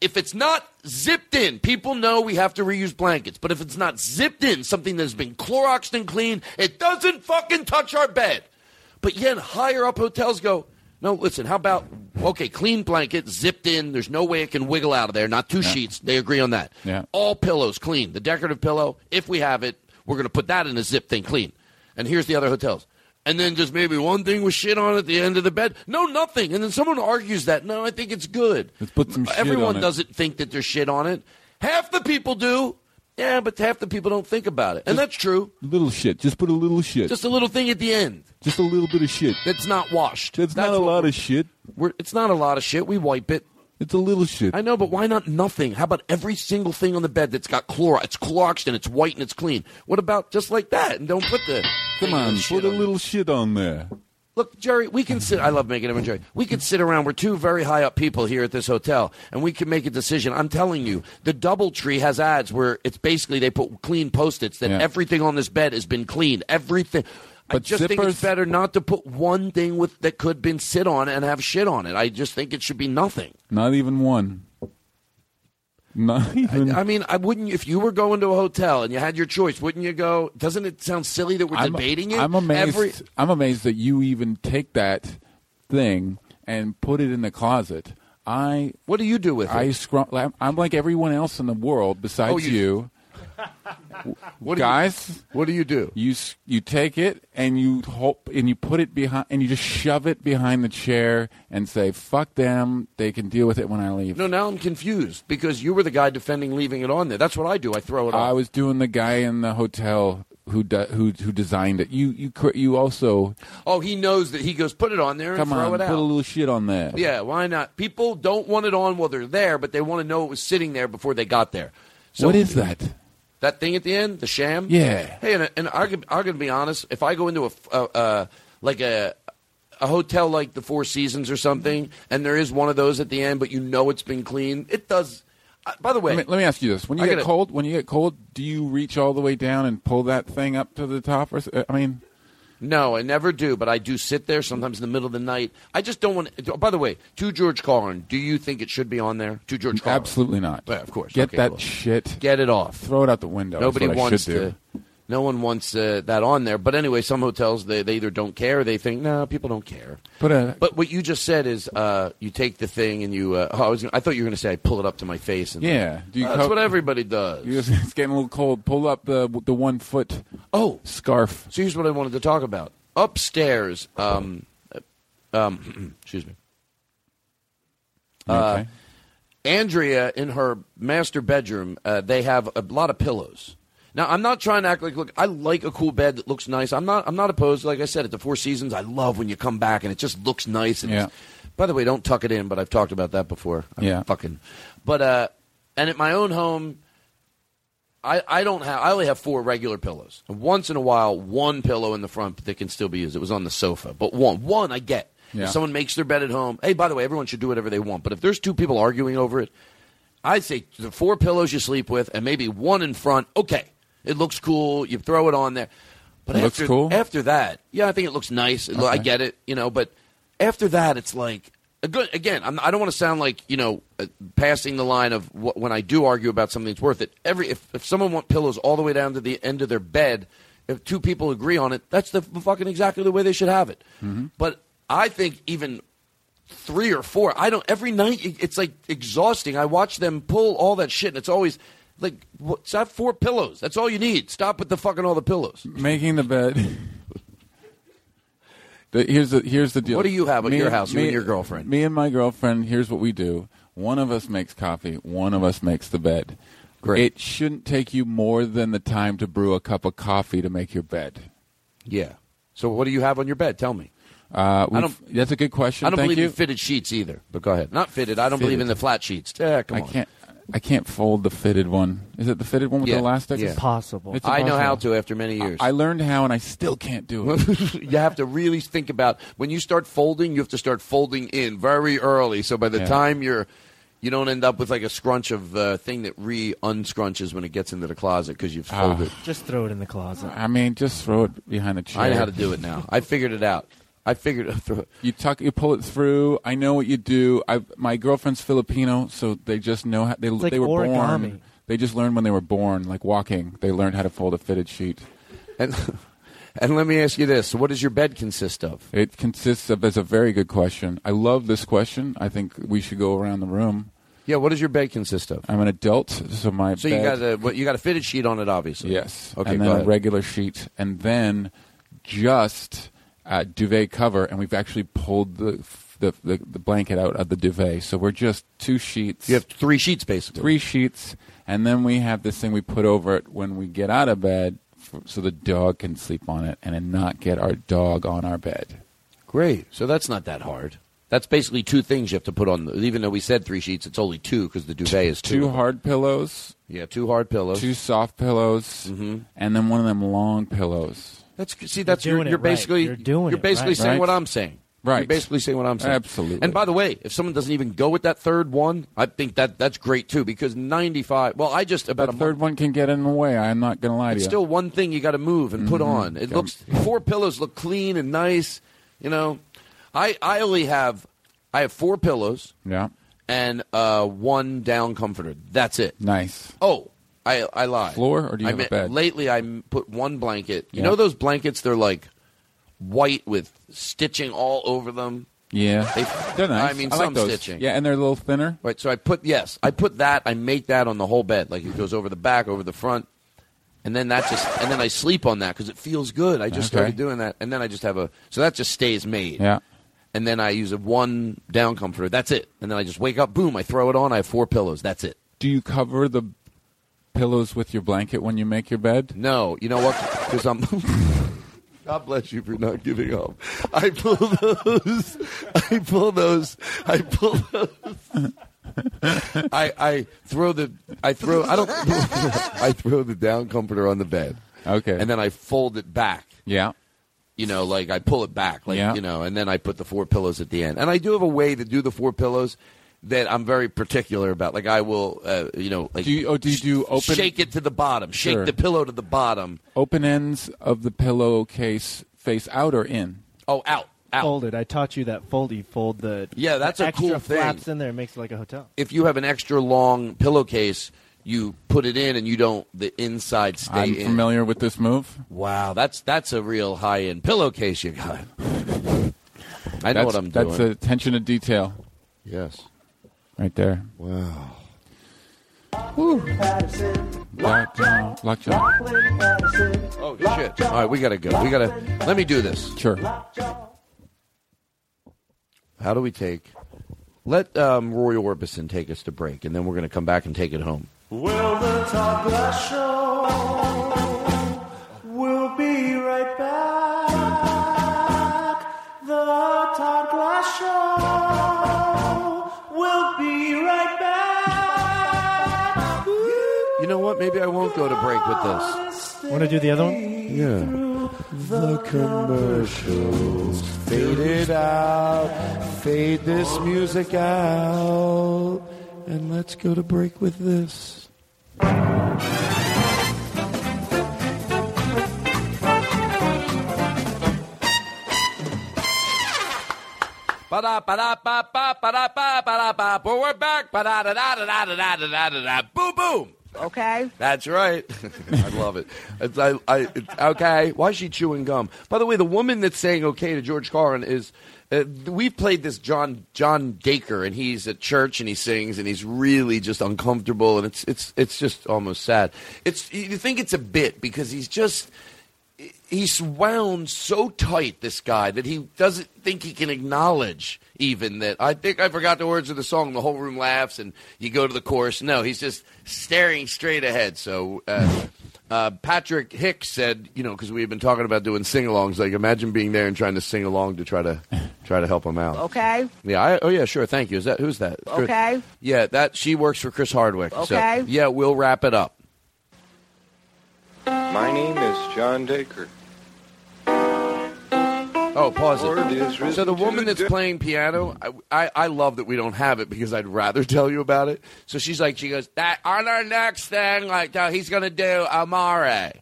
Speaker 4: If it's not zipped in, people know we have to reuse blankets. But if it's not zipped in, something that's been Cloroxed and cleaned, it doesn't fucking touch our bed. But yet, higher up hotels go, no, listen, how about, okay, clean blanket, zipped in, there's no way it can wiggle out of there, not two sheets. They agree on that.
Speaker 6: Yeah.
Speaker 4: All pillows clean. The decorative pillow, if we have it, we're going to put that in a zip thing clean. And here's the other hotels. And then just maybe one thing with shit on at the end of the bed. No, nothing. And then someone argues that. No, I think it's good.
Speaker 6: Let's put some shit
Speaker 4: Everyone
Speaker 6: on it.
Speaker 4: doesn't think that there's shit on it. Half the people do. Yeah, but half the people don't think about it. And that's true.
Speaker 6: Little shit. Just put a little shit.
Speaker 4: Just a little thing at the end.
Speaker 6: Just a little bit of shit.
Speaker 4: That's not washed.
Speaker 6: That's, not a lot of shit.
Speaker 4: We're, it's not a lot of shit. We wipe it.
Speaker 6: It's a little shit.
Speaker 4: I know, but why not nothing? How about every single thing on the bed that's got Clorox? It's Cloroxed and it's white and it's clean. What about just like that? And don't put the.
Speaker 6: Come on, put a little shit on there.
Speaker 4: Look, Jerry, we can sit. I love making everyone Jerry. We can sit around. We're two very high up people here at this hotel, and we can make a decision. I'm telling you, the DoubleTree has ads where it's basically they put clean post-its that
Speaker 6: Yeah.
Speaker 4: everything on this bed has been cleaned. Everything. I
Speaker 6: But
Speaker 4: just think it's
Speaker 6: zippers-
Speaker 4: better not to put one thing with that could been sit on and have shit on it. I just think it should be nothing.
Speaker 6: Not even one. Not even.
Speaker 4: I mean, I wouldn't. If you were going to a hotel and you had your choice, wouldn't you go? Doesn't it sound silly that we're
Speaker 6: I'm-
Speaker 4: debating it?
Speaker 6: I'm amazed.
Speaker 4: Every-
Speaker 6: I'm amazed that you even take that thing and put it in the closet. I.
Speaker 4: What do you do with
Speaker 6: I
Speaker 4: it?
Speaker 6: Scrum- I'm, I'm like everyone else in the world besides
Speaker 4: Oh, you-
Speaker 6: you.
Speaker 4: What do you-
Speaker 6: Guys,
Speaker 4: what do you do?
Speaker 6: You s- you take it and you hope and you put it behind and you just shove it behind the chair and say fuck them. They can deal with it when I leave.
Speaker 4: No, now I'm confused because you were the guy defending leaving it on there. That's what I do. I throw it
Speaker 6: I
Speaker 4: on.
Speaker 6: was doing the guy in the hotel who do- who who designed it. You you cr- you also
Speaker 4: Oh, he knows that he goes put it on there and
Speaker 6: come
Speaker 4: throw
Speaker 6: on
Speaker 4: it
Speaker 6: put
Speaker 4: out.
Speaker 6: a little shit on there.
Speaker 4: Yeah, why not? People don't want it on while they're there, but they want to know it was sitting there before they got there. So
Speaker 6: what is that?
Speaker 4: That thing at the end, the sham.
Speaker 6: Yeah.
Speaker 4: Hey, and, and I'm gonna- I'm gonna be honest. If I go into a, a, a like a a hotel like the Four Seasons or something, and there is one of those at the end, but you know it's been cleaned, it does. Uh, by the way,
Speaker 6: Let me, let me ask you this: When you
Speaker 4: I
Speaker 6: get
Speaker 4: gotta-
Speaker 6: cold, when you get cold, do you reach all the way down and pull that thing up to the top? Or s- uh, I mean,
Speaker 4: No, I never do, but I do sit there sometimes in the middle of the night. I just don't want. By the way, to George Carlin, do you think it should be on there? To George Carlin,
Speaker 6: absolutely not.
Speaker 4: Oh. Yeah, of course.
Speaker 6: Get
Speaker 4: Okay,
Speaker 6: that
Speaker 4: cool.
Speaker 6: shit.
Speaker 4: Get it off.
Speaker 6: Throw it out the window. is
Speaker 4: Nobody
Speaker 6: what I
Speaker 4: wants
Speaker 6: should do.
Speaker 4: to. No one wants uh, that on there. But anyway, some hotels they, they either don't care, or they think no, people don't care.
Speaker 6: Put a
Speaker 4: But what you just said is uh, you take the thing and you. Uh, oh, I was. Gonna, I thought you were going to say I pull it up to my face. And
Speaker 6: Yeah. Do you
Speaker 4: that's
Speaker 6: co-
Speaker 4: what everybody does.
Speaker 6: You just- it's getting a little cold. Pull up the the one foot.
Speaker 4: Oh,
Speaker 6: scarf.
Speaker 4: So here's what I wanted to talk about. uh, Upstairs, um, uh, um, excuse me. Uh, Andrea in her master bedroom, uh, they have a lot of pillows. Now I'm not trying to act like look. I like a cool bed that looks nice. I'm not. I'm not opposed. Like I said, at the Four Seasons, I love when you come back and it just looks nice. And it's- By the way, don't tuck it in. But I've talked about that before. I'm
Speaker 6: Yeah.
Speaker 4: Fucking. But uh, and at my own home, I, I don't have I only have four regular pillows. And once in a while, one pillow in the front that can still be used. It was on the sofa, but one one I get.
Speaker 6: Yeah.
Speaker 4: If someone makes their bed at home, hey, by the way, everyone should do whatever they want. But if there's two people arguing over it, I'd say the four pillows you sleep with and maybe one in front. Okay, it looks cool. You throw it on there. But
Speaker 6: It looks
Speaker 4: after
Speaker 6: cool?
Speaker 4: after that, yeah, I think it looks nice. It lo- I
Speaker 6: Okay.
Speaker 4: get it, you know. But after that, it's like a good. Again, I'm, I don't want to sound like you know uh, passing the line of wh- when I do argue about something that's worth it. Every if, if someone want pillows all the way down to the end of their bed, if two people agree on it, that's the fucking exactly the way they should have it.
Speaker 6: Mm-hmm.
Speaker 4: But I think even three or four. I don't. Every night it- it's like exhausting. I watch them pull all that shit, and it's always Like, what, it's not four pillows. That's all you need. Stop with the fucking all the pillows.
Speaker 6: Making the bed. The- here's the here's the deal.
Speaker 4: What do you have at your house, you and your girlfriend?
Speaker 6: Me and my girlfriend. Here's what we do. One of us makes coffee. One of us makes the bed. Great. It shouldn't take you more than the time to brew a cup of coffee to make your bed.
Speaker 4: Yeah. So what do you have on your bed? Tell me.
Speaker 6: Uh, we-
Speaker 4: I don't-
Speaker 6: that's a good question.
Speaker 4: I don't
Speaker 6: Thank
Speaker 4: believe
Speaker 6: you.
Speaker 4: in fitted sheets either. But go ahead. Not fitted. I don't believe
Speaker 6: Fitted.
Speaker 4: in the flat sheets. Yeah, come
Speaker 6: I
Speaker 4: on.
Speaker 6: can't. I can't fold the fitted one. Is it the fitted one with
Speaker 4: Yeah,
Speaker 6: the elastic?
Speaker 4: yeah. It's impossible. I know how to after many years.
Speaker 6: I, I learned how, and I still can't do it.
Speaker 4: you have to really think about when you start folding. You have to start folding in very early. So by the
Speaker 6: Yeah.
Speaker 4: time you're, you don't end up with like a scrunch of uh, thing that re unscrunches when it gets into the closet because you've
Speaker 6: Ah.
Speaker 4: folded.
Speaker 10: Just throw it in the closet.
Speaker 6: I mean, just throw it behind the chair.
Speaker 4: I know how to do it now. I figured it out. I figured it out.
Speaker 6: You tuck, you pull it through. I know what you do. I, my girlfriend's Filipino, so they just know how they
Speaker 10: It's like
Speaker 6: they were
Speaker 10: origami.
Speaker 6: born. They just learned when they were born, like walking. They learned how to fold a fitted sheet.
Speaker 4: And and let me ask you this: What does your bed consist of?
Speaker 6: It consists of. That's a very good question. I love this question. I think we should go around the room.
Speaker 4: Yeah, what does your bed consist of?
Speaker 6: I'm an adult, so my
Speaker 4: So
Speaker 6: bed-
Speaker 4: you got a what, you got a fitted sheet on it, obviously.
Speaker 6: Yes.
Speaker 4: Okay.
Speaker 6: And
Speaker 4: go
Speaker 6: then a
Speaker 4: ahead.
Speaker 6: regular sheet, and then just a duvet cover, and we've actually pulled the, the the the blanket out of the duvet, so we're just two sheets.
Speaker 4: You have three sheets basically.
Speaker 6: Three sheets, and then we have this thing we put over it when we get out of bed, for, so the dog can sleep on it, and then not get our dog on our bed.
Speaker 4: Great. So that's not that hard. That's basically two things you have to put on. The, even though we said three sheets, it's only two because the duvet is two.
Speaker 6: Two hard pillows,
Speaker 4: Yeah, two hard pillows. Mm-hmm.
Speaker 6: two soft pillows, and then one of them long pillows.
Speaker 4: That's see, that's
Speaker 6: You're
Speaker 4: you're,
Speaker 6: doing it
Speaker 4: you're
Speaker 6: right.
Speaker 4: basically
Speaker 6: You're doing it
Speaker 4: basically
Speaker 6: right.
Speaker 4: saying what
Speaker 6: Right.
Speaker 4: I'm saying.
Speaker 6: Right.
Speaker 4: You're basically saying what I'm saying.
Speaker 6: Absolutely.
Speaker 4: And by the way, if someone doesn't even go with that third one, I think that that's great too because 95. Well, I just about
Speaker 6: That
Speaker 4: a month-
Speaker 6: third one can get in the way. I'm not going to lie to
Speaker 4: It's
Speaker 6: you.
Speaker 4: still one thing you got to move and put
Speaker 6: Mhm.
Speaker 4: on. It
Speaker 6: Yeah.
Speaker 4: looks four pillows look clean and nice. You know, I I only have I have four pillows
Speaker 6: yeah.
Speaker 4: and uh, one down comforter. That's it.
Speaker 6: Nice.
Speaker 4: Oh, I I lied.
Speaker 6: Floor, or do you
Speaker 4: I
Speaker 6: have a
Speaker 4: meant-
Speaker 6: bed?
Speaker 4: Lately, I m- put one blanket. You
Speaker 6: Yeah.
Speaker 4: know those blankets? They're like white with stitching all over them.
Speaker 6: Yeah,
Speaker 4: They-
Speaker 6: they're nice.
Speaker 4: I mean,
Speaker 6: like
Speaker 4: some
Speaker 6: those.
Speaker 4: stitching.
Speaker 6: Yeah, and they're a little thinner.
Speaker 4: Right. So I put yes, I put that. I make that on the whole bed. Like it goes over the back, over the front, and then that just and then I sleep on that because it feels good. I just
Speaker 6: Okay.
Speaker 4: started doing that, and then I just have a so that just stays made.
Speaker 6: Yeah.
Speaker 4: And then I use a one down comforter. That's it. And then I just wake up, boom, I throw it on. I have four pillows. That's it.
Speaker 6: Do you cover the pillows with your blanket when you make your bed?
Speaker 4: No, you know what? Because I'm. God bless you for not giving up. I pull those. I pull those. I pull those. I I throw the I throw I don't I throw the down comforter on the bed.
Speaker 6: Okay.
Speaker 4: And then I fold it back.
Speaker 6: Yeah.
Speaker 4: You know, like I pull it back, like
Speaker 6: Yeah.
Speaker 4: you know, and then I put the four pillows at the end. And I do have a way to do the four pillows that I'm very particular about. Like I will, uh, you know, like
Speaker 6: Do you? Oh, do you do open
Speaker 4: shake it to the bottom, shake
Speaker 6: Sure.
Speaker 4: the pillow to the bottom.
Speaker 6: open ends of the pillowcase face out or in?
Speaker 4: Oh, out, out.
Speaker 10: Folded. I taught you that fold. You fold the
Speaker 4: Yeah, that's a
Speaker 10: extra
Speaker 4: cool thing.
Speaker 10: flaps in there. It makes it like a hotel.
Speaker 4: if you have an extra long pillowcase, you put it in and you don't the inside stay
Speaker 6: I'm
Speaker 4: in.
Speaker 6: familiar with this move.
Speaker 4: Wow, that's that's a real high end pillowcase you got. I know
Speaker 6: That's-
Speaker 4: what I'm doing.
Speaker 6: That's attention to detail,
Speaker 4: Yes.
Speaker 6: right there.
Speaker 4: Wow.
Speaker 6: Lockjaw. Lockjaw.
Speaker 4: Oh shit. All right, we gotta go. We gotta let me do this.
Speaker 6: Sure.
Speaker 4: How do we take let um, Roy Orbison take us to break and then we're gonna come back and take it home.
Speaker 3: Will the Todd Glass Show? We'll be right back. The Todd Glass Show. We'll be right back.
Speaker 4: You know what? Maybe I won't go to break with this.
Speaker 10: Want to do the other one?
Speaker 4: Yeah.
Speaker 3: The commercials
Speaker 4: fade it out. Fade this music out. And let's go to break with this. Ba-da, ba-da, ba-ba, ba-da, ba, ba-da, ba. But we're back. Ba-da, da-da, da-da, da-da, da-da, da. Boom, boom.
Speaker 18: Okay.
Speaker 4: That's right. I love it. It's, I, I, it's, okay. Why is she chewing gum? By the way, the woman that's saying okay to George Carlin is Uh, we played this John John Dacre, and he's at church and he sings, and he's really just uncomfortable, and it's it's it's just almost sad. It's you think it's a bit because he's just he's wound so tight this guy that he doesn't think he can acknowledge even that i think i forgot the words of the song the whole room laughs and you go to the chorus no he's just staring straight ahead so uh, uh, patrick hicks said you know because we've been talking about doing sing-alongs like imagine being there and trying to sing along to try to try to help him out
Speaker 18: Okay.
Speaker 4: yeah I, oh yeah sure thank you is that who's that Chris-
Speaker 18: Okay.
Speaker 4: yeah that she works for chris hardwick
Speaker 18: Okay.
Speaker 4: so yeah we'll wrap it up
Speaker 19: My name is John Dacre.
Speaker 4: Oh, pause
Speaker 19: Lord is
Speaker 4: it.
Speaker 19: risen
Speaker 4: So the
Speaker 19: to
Speaker 4: woman that's
Speaker 19: death.
Speaker 4: playing piano, I, I, I love that we don't have it because I'd rather tell you about it. So she's like, she goes, that on our next thing, like uh, he's gonna do Amare.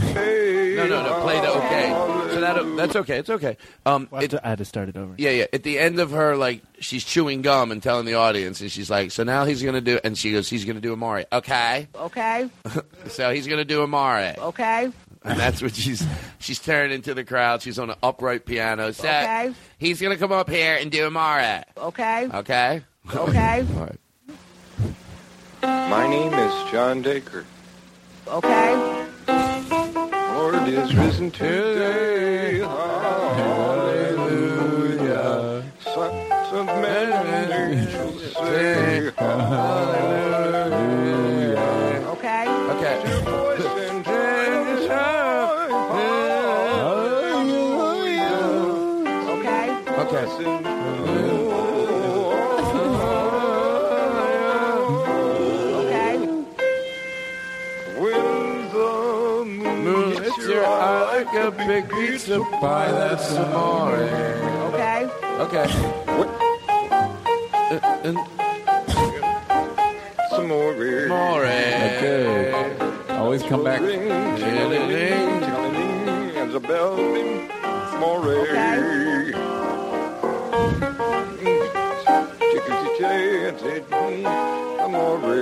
Speaker 4: No, no, no, play
Speaker 19: uh,
Speaker 4: the okay. So that that's okay, it's okay. Um,
Speaker 10: We'll have to- I had to start it over.
Speaker 4: yeah, yeah. At the end of her, like she's chewing gum and telling the audience, and she's like, so now he's gonna do, and she goes, he's gonna do Amare. Okay.
Speaker 18: Okay.
Speaker 4: so he's gonna do Amare.
Speaker 18: Okay.
Speaker 4: And that's what she's she's tearing into the crowd. She's on an upright piano. So
Speaker 18: Okay.
Speaker 4: he's gonna come up here and do Amara.
Speaker 18: Okay.
Speaker 4: Okay.
Speaker 18: Okay.
Speaker 4: All right.
Speaker 19: My name is John Dacre.
Speaker 18: Okay.
Speaker 19: Lord is risen today. Hallelujah. Sons of men and angels say hallelujah.
Speaker 18: Okay.
Speaker 4: Okay.
Speaker 19: Your voice and join is high. Hallelujah.
Speaker 18: Okay.
Speaker 4: Okay.
Speaker 18: Okay.
Speaker 19: When the moon hits your eye like a big pizza pie, that's amore.
Speaker 18: Okay.
Speaker 4: Okay. And,
Speaker 19: Uh, some uh, more.
Speaker 4: More.
Speaker 6: Okay. Always come back.
Speaker 19: As a bell rings, more.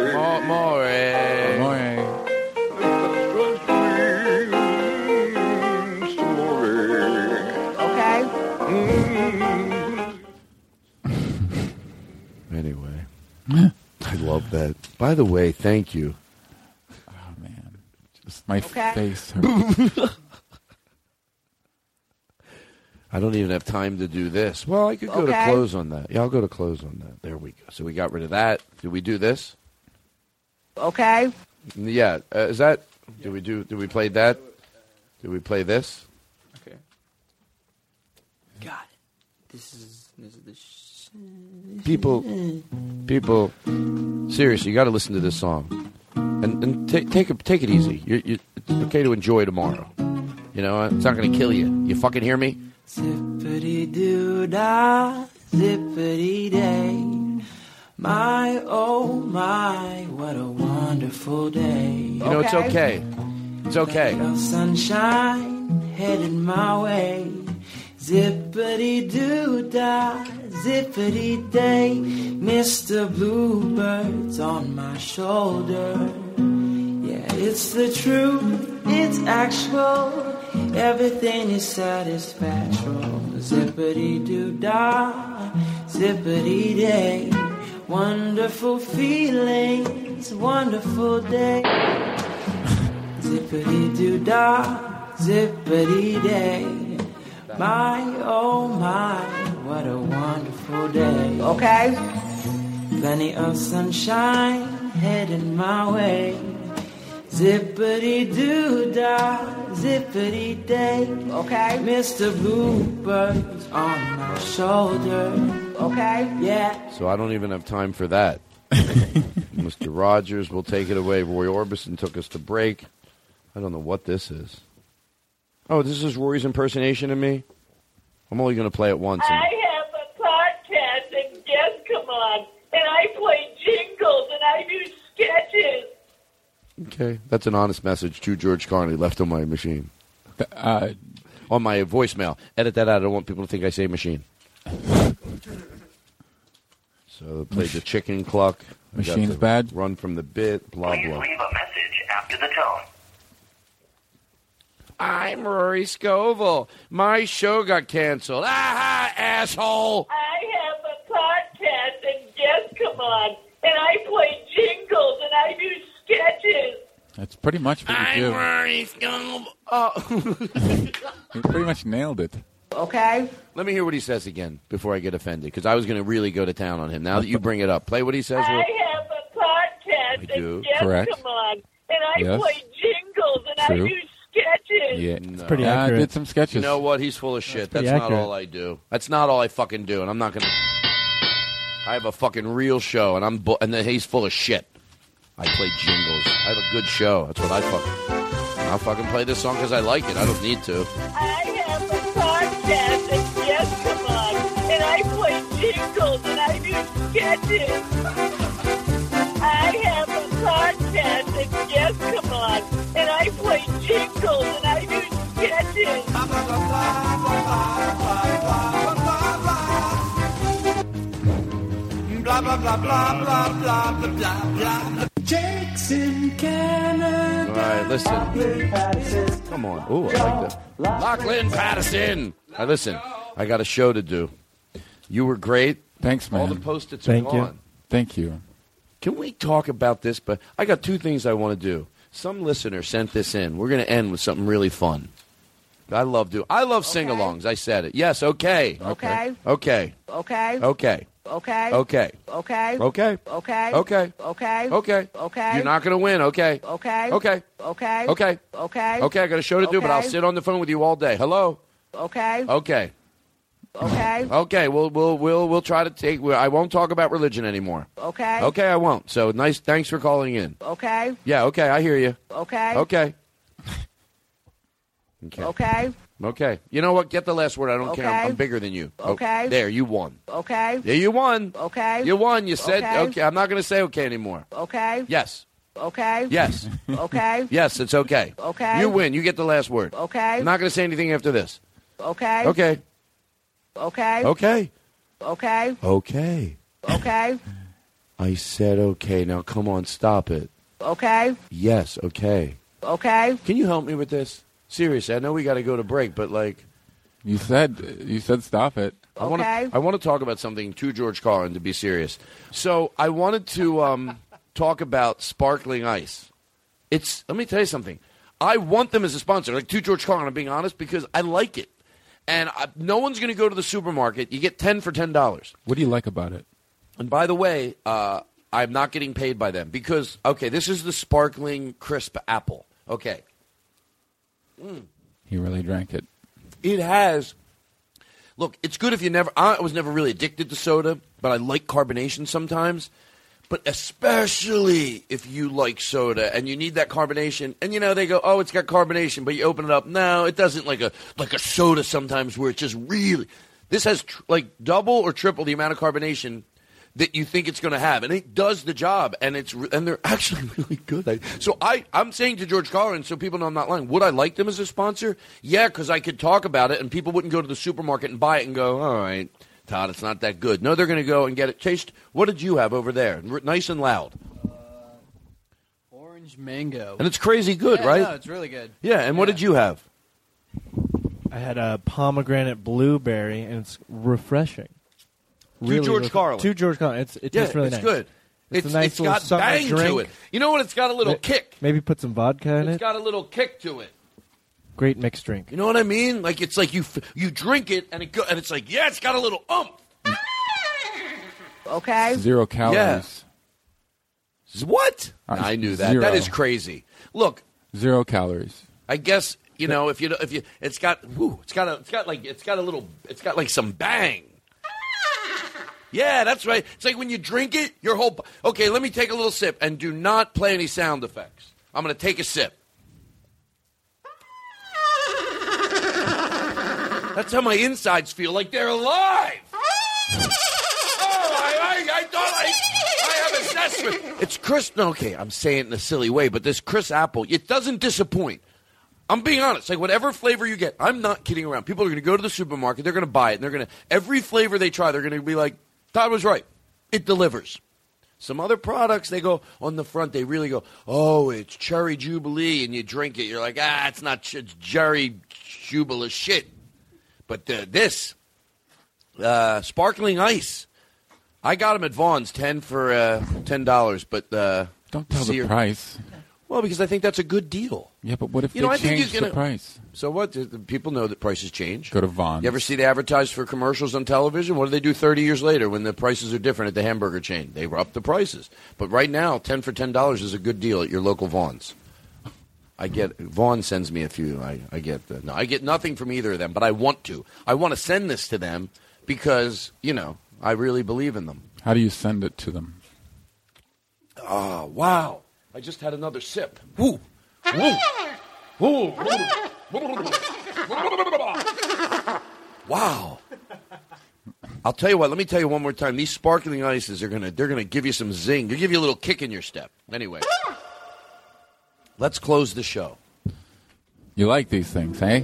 Speaker 4: More. More.
Speaker 18: Okay.
Speaker 4: Anyway, I love that. By the way, thank you.
Speaker 6: Oh, Just my
Speaker 18: Okay.
Speaker 6: face hurts.
Speaker 4: I don't even have time to do this. Well, I could go
Speaker 18: Okay.
Speaker 4: to close on that. Yeah, I'll go to close on that. There we go. So we got rid of that. Did we do this?
Speaker 18: Okay.
Speaker 4: Yeah. Uh, is that? Did we do? Did we play that? Did we play this?
Speaker 20: God, this is this is the sh-
Speaker 4: people, people, seriously, you got to listen to this song, and and ta take it take it easy. You're, you it's okay to enjoy tomorrow. You know, it's not going to kill you. You fucking hear me?
Speaker 20: Zippity doo dah, zippity day. My oh my, what a wonderful day.
Speaker 4: You know, it's okay. It's okay.
Speaker 20: Sunshine headed my way. Zippity doo dah, zippity day. Mr. Bluebird's on my shoulder. Yeah, it's the truth, it's actual. Everything is satisfactual. Zippity doo dah, zippity day. Wonderful feelings, wonderful day. Zippity doo dah, zippity day. My oh my, what a wonderful day.
Speaker 18: Okay.
Speaker 20: Plenty of sunshine heading my way. Zippity doo dah, zippity day.
Speaker 18: Okay.
Speaker 20: Mr. Bluebird's on my shoulder.
Speaker 18: Okay.
Speaker 20: Yeah.
Speaker 4: So I don't even have time for that. Mr. Rogers will take it away. Roy Orbison took us to break. I don't know what this is. Oh, this is Rory's impersonation of me. I'm only going to play it once. and-
Speaker 21: I have a podcast and guests come on, and I play jingles and I do sketches.
Speaker 4: Okay, that's an honest message to George Carney left on my machine. Uh, on my voicemail. Edit that out. I don't want people to think I say machine. So play the chicken cluck. I got
Speaker 6: Machine's
Speaker 4: the Run from the bit. Blah blah.
Speaker 21: a message after the tone.
Speaker 4: I'm Rory Scovel. My show got canceled. Aha, asshole!
Speaker 21: I have a podcast and guests come on, and I play jingles and I do sketches.
Speaker 6: That's pretty much what you do.
Speaker 4: Rory Scovel. Oh.
Speaker 6: You pretty much nailed it.
Speaker 4: okay. Let me hear what he says again before I get offended, because I was going to really go to town on him. Now that you bring it up, play what he says.
Speaker 21: I
Speaker 4: Real-
Speaker 21: have a podcast
Speaker 4: I do.
Speaker 21: and guests
Speaker 4: Correct.
Speaker 21: come on, and I
Speaker 4: Yes.
Speaker 21: play jingles and
Speaker 4: True.
Speaker 21: I do sketches.
Speaker 6: it's pretty Yeah, I accurate. did some sketches.
Speaker 4: You know what? He's full of shit. That's,
Speaker 6: pretty
Speaker 4: not
Speaker 6: accurate.
Speaker 4: all I do. That's not all I fucking do, and I'm not gonna. I have a fucking real show, and I'm bu- and then he's full of shit. I play jingles. I have a good show. That's what I fucking. I'll fucking play this song because I like it. I don't need to.
Speaker 21: I have a podcast and guests come on, and I play jingles and I do sketches. I have a podcast and guests come on, and I play jingles and I do sketches.
Speaker 5: Blah, blah, blah, blah, blah, blah, blah, blah, blah. Jake's in Canada.
Speaker 4: All right, listen. Come on. Ooh, I like that. Lachlan Patterson. I listen. I got a show to do. You were great.
Speaker 6: Thanks, man.
Speaker 4: All the post-its are gone.
Speaker 6: Thank you.
Speaker 4: Can we talk about this? But I got two things I want to do. Some listener sent this in. We're going to end with something really fun. I love do. I love sing-alongs. I said it. Yes. Okay.
Speaker 18: Okay.
Speaker 4: Okay.
Speaker 18: Okay.
Speaker 4: Okay.
Speaker 18: Okay.
Speaker 4: Okay.
Speaker 18: Okay.
Speaker 4: Okay.
Speaker 18: Okay.
Speaker 4: Okay.
Speaker 18: Okay.
Speaker 4: Okay.
Speaker 18: Okay.
Speaker 4: You're not going to win. Okay.
Speaker 18: Okay.
Speaker 4: Okay.
Speaker 18: Okay.
Speaker 4: Okay.
Speaker 18: Okay.
Speaker 4: Okay. I got a show to do, but I'll
Speaker 18: Okay.
Speaker 4: sit on Oh. the phone with you all day. Hello.
Speaker 18: Okay.
Speaker 4: Okay.
Speaker 18: Okay.
Speaker 4: Okay. We'll we'll we'll we'll try to take. we I won't talk about religion anymore.
Speaker 18: Okay.
Speaker 4: Okay. I won't. So nice. Thanks for calling in.
Speaker 18: Okay.
Speaker 4: Yeah. Okay. I hear you.
Speaker 18: Okay.
Speaker 4: Okay. Okay.
Speaker 18: Okay.
Speaker 4: Okay. You know what? Get the last word. I don't care. I'm,
Speaker 18: Okay.
Speaker 4: I'm bigger than you. Oh,
Speaker 18: Okay.
Speaker 4: there. You won.
Speaker 18: Okay.
Speaker 4: Yeah. You won.
Speaker 18: Okay.
Speaker 4: You won. You said
Speaker 18: Okay.
Speaker 4: okay. I'm not going to say okay anymore.
Speaker 18: Okay.
Speaker 4: Yes.
Speaker 18: Okay.
Speaker 4: Yes.
Speaker 18: Okay.
Speaker 4: Yes. It's okay.
Speaker 18: Okay.
Speaker 4: You win. You get the last word.
Speaker 18: Okay.
Speaker 4: I'm not going to say anything after this.
Speaker 18: Okay.
Speaker 4: Okay.
Speaker 18: Okay.
Speaker 4: Okay.
Speaker 18: Okay.
Speaker 4: Okay.
Speaker 18: Okay.
Speaker 4: I said okay. Now come on. Stop it.
Speaker 18: Okay.
Speaker 4: Yes. Okay.
Speaker 18: Okay.
Speaker 4: Can you help me with this? Seriously, I know we got to go to break, but like,
Speaker 6: you said you said stop it.
Speaker 4: I want to
Speaker 6: Okay.
Speaker 4: I want to talk about something to George Carlin to be serious. So I wanted to um, talk about sparkling ice. It's let me tell you something. I want them as a sponsor, like to George Carlin. I'm being honest because I like it, and I, no one's going to go to the supermarket. You get ten for ten dollars.
Speaker 6: What do you like about it?
Speaker 4: And by the way, uh, I'm not getting paid by them because okay, this is the sparkling crisp apple. Okay,
Speaker 6: He really drank it.
Speaker 4: It has. Look, it's good if you never. I was never really addicted to soda, but I like carbonation sometimes. But especially if you like soda and you need that carbonation, and you know they go, "Oh, it's got carbonation," but you open it up, no, it doesn't. Like a like a soda sometimes where it just really. This has tr- like double or triple the amount of carbonation that you think it's going to have, and it does the job, and it's re- and they're actually really good. I, so I I'm saying to George Carlin, so people know I'm not lying. Would I like them as a sponsor? Yeah, because I could talk about it, and people wouldn't go to the supermarket and buy it and go, all right, Todd, it's not that good. No, they're going to go and get it. Chase, what did you have over there? R- nice and loud,
Speaker 1: Orange mango.
Speaker 4: and it's crazy good,
Speaker 1: Yeah,
Speaker 4: right?
Speaker 1: No, it's really good.
Speaker 4: Yeah, and what did you have?
Speaker 10: I had a pomegranate blueberry, and it's refreshing.
Speaker 4: To George Carlin.
Speaker 10: To George Carlin. It's, it
Speaker 4: yeah,
Speaker 10: tastes really
Speaker 4: it's
Speaker 10: nice.
Speaker 4: good.
Speaker 10: It's,
Speaker 4: It's-
Speaker 10: a nice
Speaker 4: it's
Speaker 10: little
Speaker 4: got
Speaker 10: something
Speaker 4: bang to
Speaker 10: drink.
Speaker 4: it. You know what? It's got a little
Speaker 10: Ma-
Speaker 4: kick.
Speaker 10: Maybe put some vodka in
Speaker 4: It's
Speaker 10: it.
Speaker 4: got a little kick to it.
Speaker 10: Great mixed drink.
Speaker 4: You know what I mean? Like it's like you f- you drink it and it go- and it's like yeah, it's got a little ump.
Speaker 18: Okay.
Speaker 6: Zero calories. Uh,
Speaker 4: Z- What? I knew that.
Speaker 6: Zero.
Speaker 4: That is crazy. Look,
Speaker 6: Zero calories.
Speaker 4: I guess you know if you if you it's got woo, it's got a it's got like it's got a little it's got like some bang. Yeah, that's right. It's like when you drink it, your whole bo- okay. Let me take a little sip and do not play any sound effects. I'm gonna take a sip. That's how my insides feel, like they're alive. Oh, I, I, I thought I, I have assessment. It's Chris. No, okay, I'm saying it in a silly way, but this Chris Apple, it doesn't disappoint. I'm being honest. Like whatever flavor you get, I'm not kidding around. People are going to go to the supermarket. They're going to buy it. And they're going to every flavor they try. They're going to be like, Todd was right. It delivers. Some other products, they go on the front, they really go, oh, it's Cherry Jubilee, and you drink it. You're like, ah, it's not, ch- it's Cherry Jubilee shit. But uh, this, uh, sparkling ice. I got them at Vaughn's, 10 for uh, $10, but. Uh, Don't
Speaker 6: tell the price.
Speaker 4: Well, because I think that's a good deal.
Speaker 6: Yeah, but what if
Speaker 4: You
Speaker 6: they
Speaker 4: know, I think
Speaker 6: change
Speaker 4: you can-
Speaker 6: the price?
Speaker 4: So what? The- the People know that prices change.
Speaker 6: Go to Vaughn.
Speaker 4: You ever see they advertise for commercials on television? What do they do 30 years later when the prices are different at the hamburger chain? They up the prices. But right now, 10 for $10 is a good deal at your local Vaughn's. I get Vaughn sends me a few. I, I get the, no, I get nothing from either of them, but I want to. I want to send this to them because you know I really believe in them.
Speaker 6: How do you send it to them?
Speaker 4: Ah, wow! I just had another sip. Woo, woo, woo! Wow! I'll tell you what. Let me tell you one more time. These sparkling ices are gonna they're gonna give you some zing. They give you a little kick in your step. Anyway, let's close the show.
Speaker 6: You like these things, eh?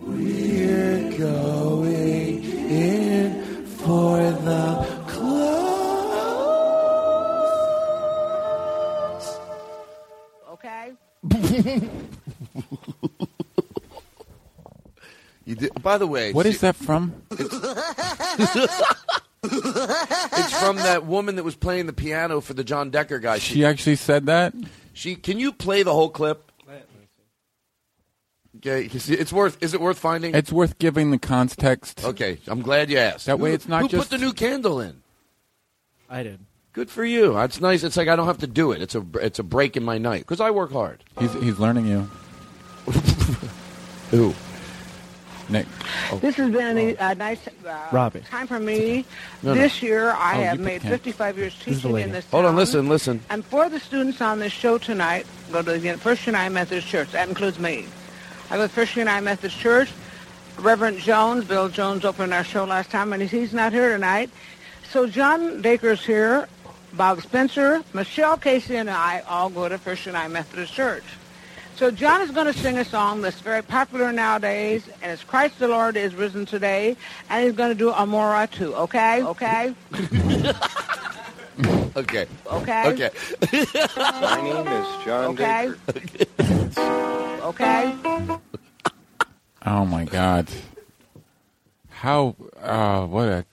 Speaker 5: We're going in for the close.
Speaker 18: Okay.
Speaker 4: You did, by the way,
Speaker 6: What
Speaker 4: see-
Speaker 6: is that from?
Speaker 4: it's from that woman that was playing the piano for the John Decker guy.
Speaker 6: She actually said that?
Speaker 4: She can you play the whole clip? Okay, 'cause it's worth. Is it worth finding?
Speaker 6: It's worth giving the context.
Speaker 4: Okay, I'm glad you asked.
Speaker 6: That way it's not
Speaker 4: who
Speaker 6: just-
Speaker 4: put the new candle in.
Speaker 10: I did.
Speaker 4: Good for you. That's nice. It's like I don't have to do it. It's a it's a break in my night because I work hard.
Speaker 6: He's, he's learning you.
Speaker 4: Who? Oh.
Speaker 6: Nick.
Speaker 18: This has been a, a nice uh,
Speaker 6: Robbie.
Speaker 18: time for me.
Speaker 4: No, no.
Speaker 18: this year, I
Speaker 4: Oh,
Speaker 18: have
Speaker 4: you
Speaker 18: made
Speaker 4: can.
Speaker 18: 55 years teaching in this
Speaker 4: Hold on,
Speaker 18: town.
Speaker 4: listen, listen.
Speaker 18: And for the students on this show tonight, go to the First United Methodist Church. That includes me. I go to First United Methodist Church. Reverend Jones, Bill Jones opened our show last time, and he's not here tonight. So John Baker's here, Bob Spencer, Michelle Casey, and I all go to First United Methodist Church. So John is going to sing a song that's very popular nowadays, and it's Christ the Lord is risen today, and he's going to do Amora too, okay? Okay?
Speaker 4: Okay.
Speaker 18: Okay.
Speaker 4: Okay.
Speaker 18: My name
Speaker 4: is
Speaker 18: John Okay. Okay?
Speaker 6: Oh my god. How uh what a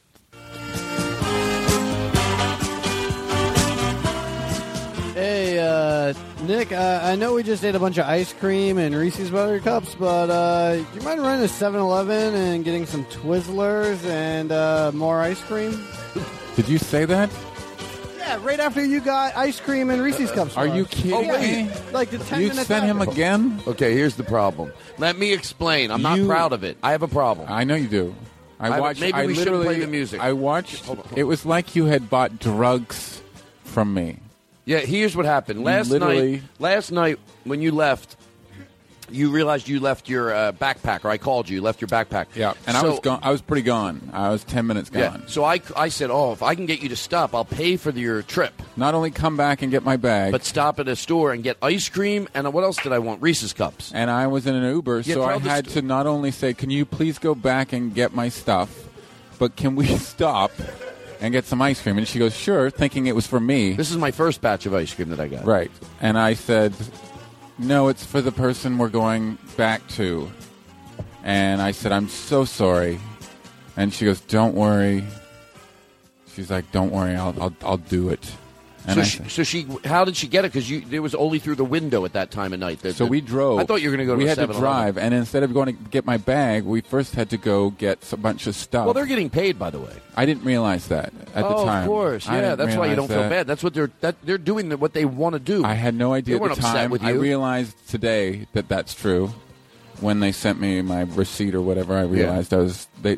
Speaker 1: Hey, uh, Nick, uh, I know we just ate a bunch of ice cream and Reese's Buttercups, but uh, do you mind running to 7 Eleven and getting some Twizzlers and uh, more ice cream?
Speaker 6: Did you say that?
Speaker 1: Yeah, right after you got ice cream and Reese's Cups.
Speaker 6: Are you
Speaker 1: Bugs.
Speaker 6: kidding
Speaker 1: Yeah,
Speaker 6: me?
Speaker 1: Like the 10 minutes after.
Speaker 6: again?
Speaker 4: Okay, here's the problem. Let me explain. I'm not proud of it. I have a problem.
Speaker 6: I know you do. I,
Speaker 4: I-
Speaker 6: watched
Speaker 4: maybe
Speaker 6: I
Speaker 4: we shouldn't play
Speaker 6: literally
Speaker 4: the music.
Speaker 6: I watched
Speaker 4: Hold on, hold
Speaker 6: it was like you had bought drugs from me.
Speaker 4: Yeah, here's what happened.
Speaker 6: You
Speaker 4: Last
Speaker 6: literally-
Speaker 4: night, last night when you left, you realized you left your uh, backpack, or I called you, you left your backpack. Yeah,
Speaker 6: And I was gone I was pretty gone. I was ten minutes gone.
Speaker 4: Yeah, so I, I said, oh, if I can get you to stop, I'll pay for your trip.
Speaker 6: Not only come back and get my bag,
Speaker 4: but stop at a store and get ice cream. And what else did I want? Reese's cups.
Speaker 6: And I was in an Uber,
Speaker 4: Yeah,
Speaker 6: so
Speaker 4: tell
Speaker 6: I
Speaker 4: the
Speaker 6: had
Speaker 4: sto-
Speaker 6: to not only say, Can you please go back and get my stuff? But can we stop and get some ice cream? And she goes, Sure, thinking it was for me.
Speaker 4: This is my first batch of ice cream that I got.
Speaker 6: Right. And I said, No, it's for the person we're going back to. And I said, I'm so sorry. And she goes, Don't worry. She's like, Don't worry, I'll, I'll, I'll do it. And
Speaker 4: so,
Speaker 6: I
Speaker 4: she, so she, how did she get it? Because it was only through the window at that time of night. that-
Speaker 6: So
Speaker 4: that-
Speaker 6: we drove.
Speaker 4: I thought you were going to go.
Speaker 6: We
Speaker 4: to a
Speaker 6: had to
Speaker 4: 7-Eleven.
Speaker 6: drive, and instead of going to get my bag, we first had to go get a bunch of stuff.
Speaker 4: Well, they're getting paid, by the way.
Speaker 6: I didn't realize that at
Speaker 4: oh,
Speaker 6: the time.
Speaker 4: of course.
Speaker 6: I
Speaker 4: Yeah,
Speaker 6: didn't
Speaker 4: that's why you
Speaker 6: realize
Speaker 4: don't feel
Speaker 6: that.
Speaker 4: bad. That's what they're that, they're doing the, what they want to do.
Speaker 6: I had no idea
Speaker 4: They
Speaker 6: at
Speaker 4: weren't
Speaker 6: the
Speaker 4: upset
Speaker 6: time.
Speaker 4: with
Speaker 6: I
Speaker 4: you.
Speaker 6: realized today that that's true. When they sent me my receipt or whatever, I realized I was they.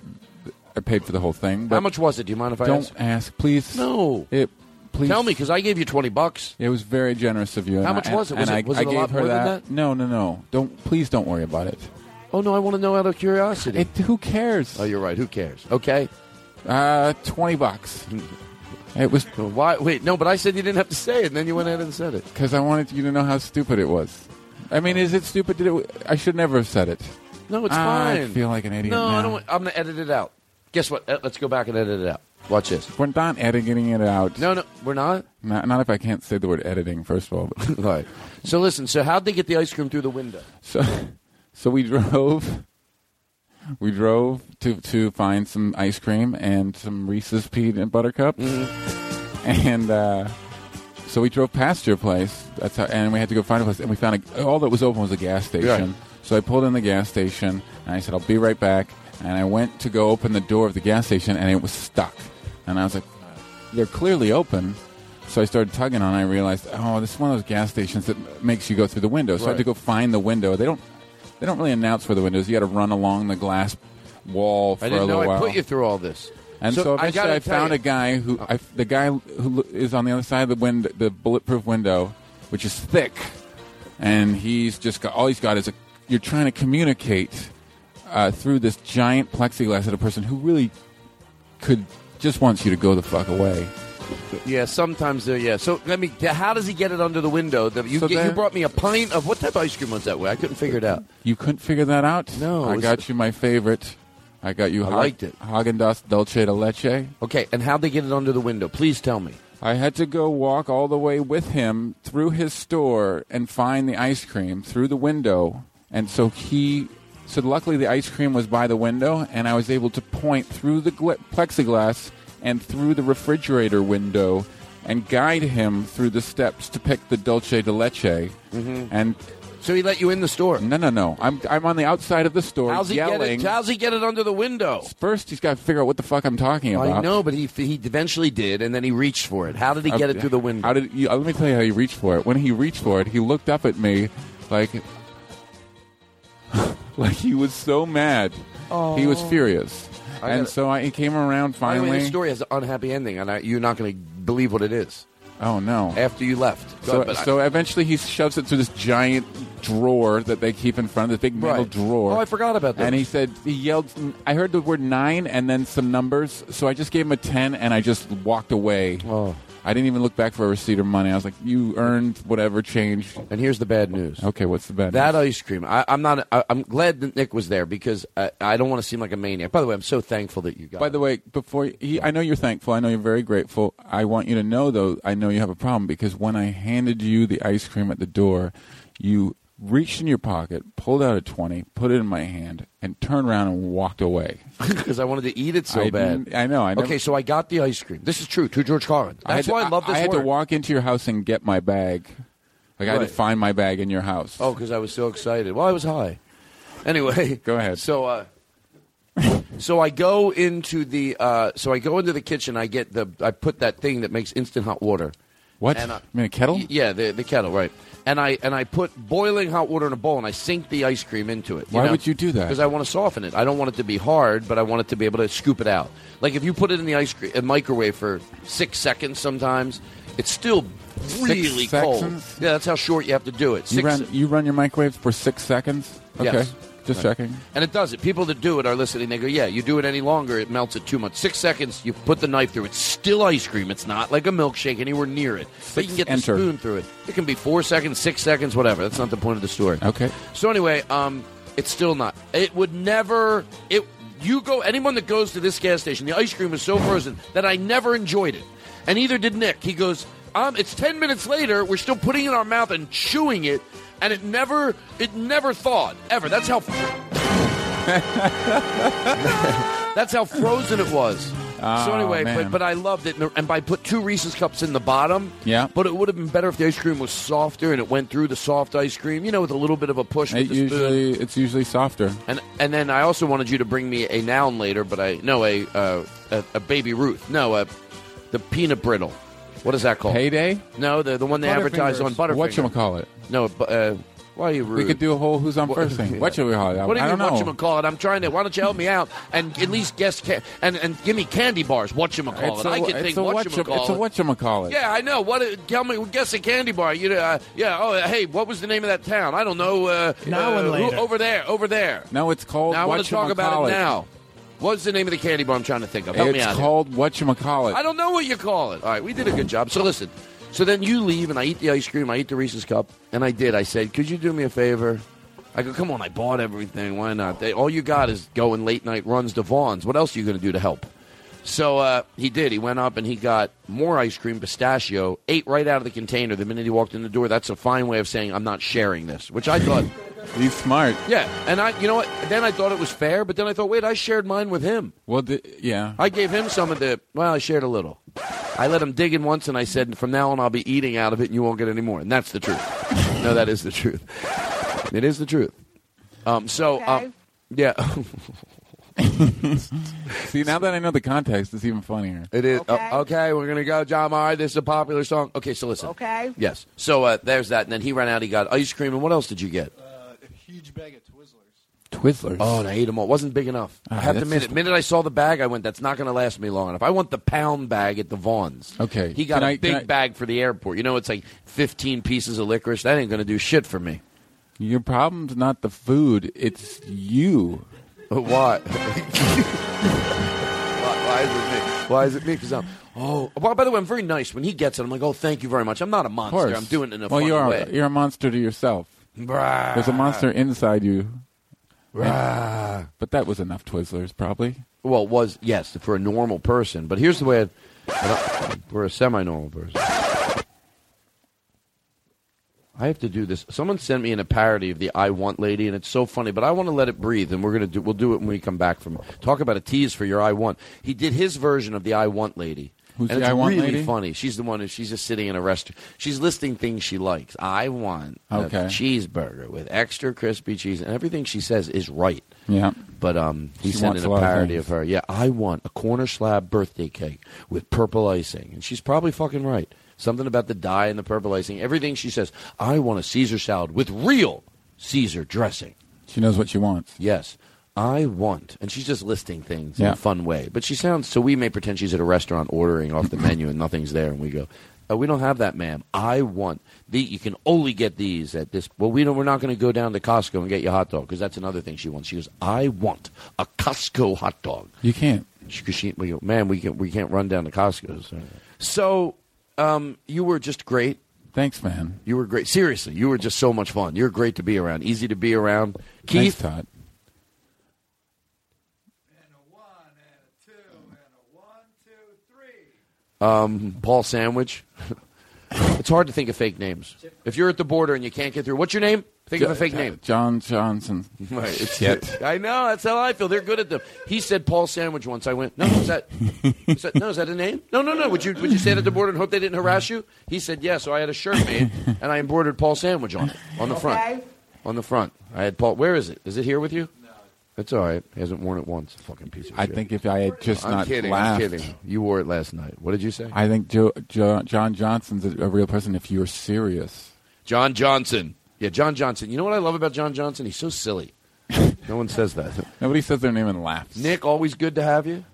Speaker 6: I paid for the whole thing. But
Speaker 4: How much was it? Do you mind if I
Speaker 6: don't
Speaker 4: ask?
Speaker 6: please?
Speaker 4: No.
Speaker 6: It. Please.
Speaker 4: Tell me, because I gave you twenty bucks.
Speaker 6: It was very generous of you.
Speaker 4: How
Speaker 6: and
Speaker 4: much
Speaker 6: I,
Speaker 4: was it?
Speaker 6: and
Speaker 4: Was
Speaker 6: I,
Speaker 4: it- was
Speaker 6: I
Speaker 4: it a
Speaker 6: gave
Speaker 4: lot
Speaker 6: her
Speaker 4: more than
Speaker 6: that. No, no, no. Don't please don't worry about it.
Speaker 4: Oh no, I want to know out of curiosity.
Speaker 6: It, who cares?
Speaker 4: Oh, you're right. Who cares? Okay.
Speaker 6: Uh, twenty bucks. It was
Speaker 4: why? Wait, no, but I said you didn't have to say it, and then you went ahead and said it.
Speaker 6: Because I wanted you to know how stupid it was. I mean, is it stupid? Did it? I should never have said it. Ah,
Speaker 4: No, it's
Speaker 6: I
Speaker 4: fine.
Speaker 6: feel like an idiot
Speaker 4: No, I
Speaker 6: now.
Speaker 4: don't. want- I'm gonna edit it out. Guess what? Eh, Let's Uh, go back and edit it out. Watch this.
Speaker 6: We're not editing it out.
Speaker 4: No, no, we're not.
Speaker 6: Not, not if I can't say the word editing. First of all,
Speaker 4: right. So listen. So how'd they get the ice cream through the window?
Speaker 6: So, so we drove. We drove to to find some ice cream and some Reese's peanut butter cups, and uh, so we drove past your place. That's how, and we had to go find a place. And we found a, all that was open was a gas station.
Speaker 4: Right.
Speaker 6: So I pulled in the gas station and I said, "I'll be right back." And I went to go open the door of the gas station and it was stuck. And I was like, "They're clearly open." So I started tugging on. it. I realized, oh, this is one of those gas stations that makes you go through the window. So I had
Speaker 4: Right.
Speaker 6: to go find the window. They don't they don't really announce where the window is. You got to run along the glass wall for
Speaker 4: I
Speaker 6: a
Speaker 4: didn't
Speaker 6: little
Speaker 4: know I
Speaker 6: while.
Speaker 4: put you through all this.
Speaker 6: And so, eventually,
Speaker 4: gotta
Speaker 6: I,
Speaker 4: tell
Speaker 6: found
Speaker 4: you-
Speaker 6: a guy who I, the guy who lo- is on the other side of the wind, the bulletproof window, which is thick, and he's just got all he's got is a. You're trying to communicate uh, through this giant plexiglass at a person who really could just wants you to go the fuck away.
Speaker 4: Yeah, sometimes they're yeah. So let me. How does he get it under the window? The- You,
Speaker 6: So
Speaker 4: get- you
Speaker 6: there-
Speaker 4: brought me a pint of what type of ice cream was that way? I couldn't figure it out.
Speaker 6: You couldn't figure that out.
Speaker 4: No,
Speaker 6: I
Speaker 4: it's-
Speaker 6: got you my favorite. I got you.
Speaker 4: I liked it.
Speaker 6: Haagen Dazs Dolce de Leche.
Speaker 4: Okay, and how'd they get it under the window? Please tell me.
Speaker 6: I had to go walk all the way with him through his store and find the ice cream through the window. And so he, so luckily the ice cream was by the window, and I was able to point through the gl- plexiglass and through the refrigerator window and guide him through the steps to pick the dulce de leche.
Speaker 4: Mhm.
Speaker 6: And
Speaker 4: so he let you in the store?
Speaker 6: No, no, no. I'm I'm on the outside of the store
Speaker 4: How's he
Speaker 6: yelling.
Speaker 4: get it? How's he get it under the window?
Speaker 6: First, he's got to figure out what the fuck I'm talking about.
Speaker 4: I know, but he he eventually did, and then he reached for it. How did he
Speaker 6: Uh,
Speaker 4: get it through the window?
Speaker 6: How did you, uh, let me tell you how he reached for it. When he reached for it, he looked up at me like like he was so mad. He was
Speaker 4: Oh.
Speaker 6: furious.
Speaker 4: I
Speaker 6: and
Speaker 4: gotta-
Speaker 6: so I, he came around
Speaker 4: By the way,
Speaker 6: finally.
Speaker 4: the story has an unhappy ending, and I, you're not going to believe what it is.
Speaker 6: Oh no!
Speaker 4: After you left,
Speaker 6: so,
Speaker 4: Go ahead, but I-
Speaker 6: so eventually he shoves it through this giant drawer that they keep in front of the big metal
Speaker 4: Right.
Speaker 6: drawer.
Speaker 4: Oh, I forgot about
Speaker 6: And
Speaker 4: those.
Speaker 6: he said he yelled. I heard the word nine and then some numbers, so I just gave him a ten and I just walked away. Oh. I didn't even look back for a receipt or money. I was like, "You earned whatever change."
Speaker 4: And here's the bad news.
Speaker 6: Okay, what's the bad news?
Speaker 4: that ice cream. I, I'm not. I, I'm glad that Nick was there because I, I don't want to seem like a maniac. By the way, I'm so thankful that you got.
Speaker 6: By the way, before he, I know you're thankful. I know you're very grateful. I want you to know, though, I know you have a problem because when I handed you the ice cream at the door, you reached in your pocket, pulled out a twenty, put it in my hand, and turned around and walked away.
Speaker 4: because I wanted to eat it so
Speaker 6: I
Speaker 4: bad.
Speaker 6: didn't- I know, I never-
Speaker 4: okay, so I got the ice cream. This is true. To George Carlin.
Speaker 6: I had
Speaker 4: That's
Speaker 6: to-
Speaker 4: why I love this
Speaker 6: I had to
Speaker 4: word.
Speaker 6: walk into your house and get my bag. Like I had
Speaker 4: Right.
Speaker 6: to find my bag in your house.
Speaker 4: Oh, because I was so excited. Well, I was high. Anyway,
Speaker 6: go ahead.
Speaker 4: So, uh, so I go into the uh, so I go into the kitchen. I get the I put that thing that makes instant hot water.
Speaker 6: What?
Speaker 4: And I-
Speaker 6: You mean a kettle?
Speaker 4: Y- Yeah, the the kettle, right? And I and I put boiling hot water in a bowl and I sink the ice cream into it.
Speaker 6: Why would you do that?
Speaker 4: Because I want to soften it. I don't want it to be hard, but I want it to be able to scoop it out. Like if you put it in the ice cream a microwave for six seconds, sometimes it's still really cold.
Speaker 6: seconds?
Speaker 4: Yeah, that's how short you have to do it.
Speaker 6: You
Speaker 4: Six
Speaker 6: run, you run your microwave for six seconds. Okay,
Speaker 4: Yes.
Speaker 6: just
Speaker 4: Right.
Speaker 6: checking.
Speaker 4: And it does it. People that do it are listening. They go, yeah, you do it any longer, it melts it too much. Six seconds, you put the knife through. It's still ice cream. It's not like a milkshake anywhere near it. but you can get
Speaker 6: enter.
Speaker 4: the spoon through it. It can be four seconds, six seconds, whatever. That's not the point of the story.
Speaker 6: Okay.
Speaker 4: So anyway, um, it's still not. It would never. It you go anyone that goes to this gas station, the ice cream is so frozen that I never enjoyed it, and either did Nick. He goes, um, it's ten minutes later. We're still putting it in our mouth and chewing it, and it never, it never thawed ever. That's how. That's how frozen it was. so
Speaker 6: Oh,
Speaker 4: anyway,
Speaker 6: man.
Speaker 4: but, but I loved it, and- and I put two Reese's cups in the bottom.
Speaker 6: Yeah.
Speaker 4: But it would have been better if the ice cream was softer and it went through the soft ice cream, you know, with a little bit of a push.
Speaker 6: It
Speaker 4: with the spoon.
Speaker 6: usually it's usually softer.
Speaker 4: And and then I also wanted you to bring me a noun later, but I no a uh, a, a baby Ruth. No, a the peanut brittle. What is that called?
Speaker 6: Payday?
Speaker 4: No, the the one they advertise on Butterfinger.
Speaker 6: Whatchamacallit?
Speaker 4: No, bu- uh, why are you rude?
Speaker 6: We could do a whole who's on first thing. Whatchamacallit?
Speaker 4: What do you
Speaker 6: I don't
Speaker 4: mean,
Speaker 6: know.
Speaker 4: whatchamacallit? I'm trying to. Why don't you help me out and at least guess ca- and and give me candy bars? Whatchamacallit?
Speaker 6: It's a-
Speaker 4: I could
Speaker 6: it's
Speaker 4: think
Speaker 6: a whatcha- it's a
Speaker 4: whatchamacallit.
Speaker 6: whatchamacallit.
Speaker 4: Yeah, I know. What? uh, Tell me. Guess a candy bar. You know? Uh, yeah. Oh, uh, hey, what was the name of that town? I don't know. Uh,
Speaker 6: Now
Speaker 4: uh,
Speaker 6: and
Speaker 4: who-
Speaker 6: later.
Speaker 4: Over there. Over there.
Speaker 6: No, it's called.
Speaker 4: Now I want to talk about
Speaker 6: whatchamacallit.
Speaker 4: it now. What's the name of the candy bar I'm trying to think of? Help me
Speaker 6: It's
Speaker 4: out.
Speaker 6: called
Speaker 4: here.
Speaker 6: whatchamacallit.
Speaker 4: I don't know what you call it. All right, we did a good job. So listen. So then you leave, and I eat the ice cream. I eat the Reese's cup, and I did. I said, "Could you do me a favor?" I go, "Come on, I bought everything. Why not?" They, all you got is going late night runs to Vaughn's. What else are you going to do to help? So uh, he did. He went up and he got more ice cream, pistachio, ate right out of the container the minute he walked in the door. That's a fine way of saying I'm not sharing this, which I thought.
Speaker 6: He's smart.
Speaker 4: Yeah, and I, you know what? Then I thought it was fair, but then I thought, wait, I shared mine with him.
Speaker 6: Well, the, yeah.
Speaker 4: I gave him some of the. Well, I shared a little. I let him dig in once, and I said, from now on, I'll be eating out of it, and you won't get any more. And that's the truth. no, that is the truth. It is the truth. Um, so, um, yeah.
Speaker 6: See, now that I know the context, it's even funnier.
Speaker 4: It is. Okay, okay we're going to go, John. All right, this is a popular song. Okay, so listen.
Speaker 5: Oh.
Speaker 18: Okay.
Speaker 4: Yes. So uh, there's that. And then he ran out. He got ice cream. And what else did you get?
Speaker 6: Twizzlers.
Speaker 4: Oh, and I ate them all. It wasn't big enough.
Speaker 6: Ah,
Speaker 4: I have to
Speaker 6: that's
Speaker 4: admit
Speaker 6: just-
Speaker 4: it. minute I saw the bag, I went, that's not going to last me long enough. I want the pound bag at the Vaughn's.
Speaker 6: Okay.
Speaker 4: He got
Speaker 6: Can
Speaker 4: a
Speaker 6: I- can
Speaker 4: big
Speaker 6: I-
Speaker 4: bag for the airport. You know, it's like 15 pieces of licorice. That ain't going to do shit for me.
Speaker 6: Your problem's not the food; it's you.
Speaker 4: What? Why is it me? Why is it me? Because I'm. Oh, well, by the way, I'm very nice. When he gets it, I'm like, oh, thank you very much. I'm not a
Speaker 6: Of
Speaker 4: monster.
Speaker 6: course.
Speaker 4: I'm doing it in a
Speaker 6: well,
Speaker 4: fun
Speaker 6: you are.
Speaker 4: way.
Speaker 6: You're a monster to yourself.
Speaker 4: Brah.
Speaker 6: There's a monster inside you.
Speaker 4: Brah.
Speaker 6: And- but that was enough Twizzlers, probably.
Speaker 4: Well, it was yes for a normal person, but here's the way. I, I don't- for a semi-normal person, I have to do this. Someone sent me in a parody of the "I Want" lady, and it's so funny. But I want to let it breathe, and we're gonna do. We'll do it when we come back from. Talk about a tease for your "I Want." He did his version of the "I Want" lady.
Speaker 6: Who's
Speaker 4: and
Speaker 6: the
Speaker 4: it's
Speaker 6: I Want
Speaker 4: really
Speaker 6: lady?
Speaker 4: funny. She's the one who she's just sitting in a restaurant. She's listing things she likes. I want
Speaker 6: Okay.
Speaker 4: a cheeseburger with extra crispy cheese, and everything she says is right.
Speaker 6: Yeah.
Speaker 4: But um, he
Speaker 6: She
Speaker 4: sent
Speaker 6: wants
Speaker 4: in a
Speaker 6: a lot of
Speaker 4: parody
Speaker 6: things.
Speaker 4: of her. Yeah, I want a corner slab birthday cake with purple icing, and she's probably fucking right. Something about the dye and the purple icing. Everything she says. I want a Caesar salad with real Caesar dressing.
Speaker 6: She knows what she wants.
Speaker 4: Yes, I want. And she's just listing things in
Speaker 6: Yeah.
Speaker 4: a fun way. But she sounds so. We may pretend she's at a restaurant ordering off the menu and nothing's there, and we go. Oh, we don't have that, ma'am. I want the. You can only get these at this. Well, we don't. We're not going to go down to Costco and get you a hot dog because that's another thing she wants. She goes, I want a Costco hot dog.
Speaker 6: You can't.
Speaker 4: Because she, we go, man, we can we can't run down to Costco. So, so um, you were just great.
Speaker 6: Thanks, man.
Speaker 4: You were great. Seriously, you were just so much fun. You're great to be around. Easy to be around. Keith,
Speaker 6: Thanks, Todd.
Speaker 4: um, Paul Sandwich. it's hard to think of fake names. If you're at the border and you can't get through, what's your name? Think of a
Speaker 6: Jo-
Speaker 4: fake
Speaker 6: Jo-
Speaker 4: name.
Speaker 6: John Johnson.
Speaker 4: Right, it's-
Speaker 6: Shit.
Speaker 4: I know. That's how I feel. They're good at them. He said Paul Sandwich once. I went, no, is that, is that no, is that a name? No, no, no. Would you would you stand at the border and hope they didn't harass you? He said yes. So I had a shirt made and I embroidered Paul Sandwich on it on the front.
Speaker 18: Okay.
Speaker 4: On the front, I had Paul. Where is it? Is it here with you? No. It's all right. He hasn't worn it once. Fucking piece of
Speaker 6: I
Speaker 4: shit.
Speaker 6: think if I had just
Speaker 4: I'm
Speaker 6: not
Speaker 4: kidding.
Speaker 6: laughed,
Speaker 4: I'm kidding. You wore it last night. What did you say?
Speaker 6: I think jo- jo- John Johnson's a a real person if you're serious.
Speaker 4: John Johnson. Yeah, John Johnson. You know what I love about John Johnson? He's so silly. no one says that.
Speaker 6: Nobody says their name and laughs.
Speaker 4: Nick, always good to have you.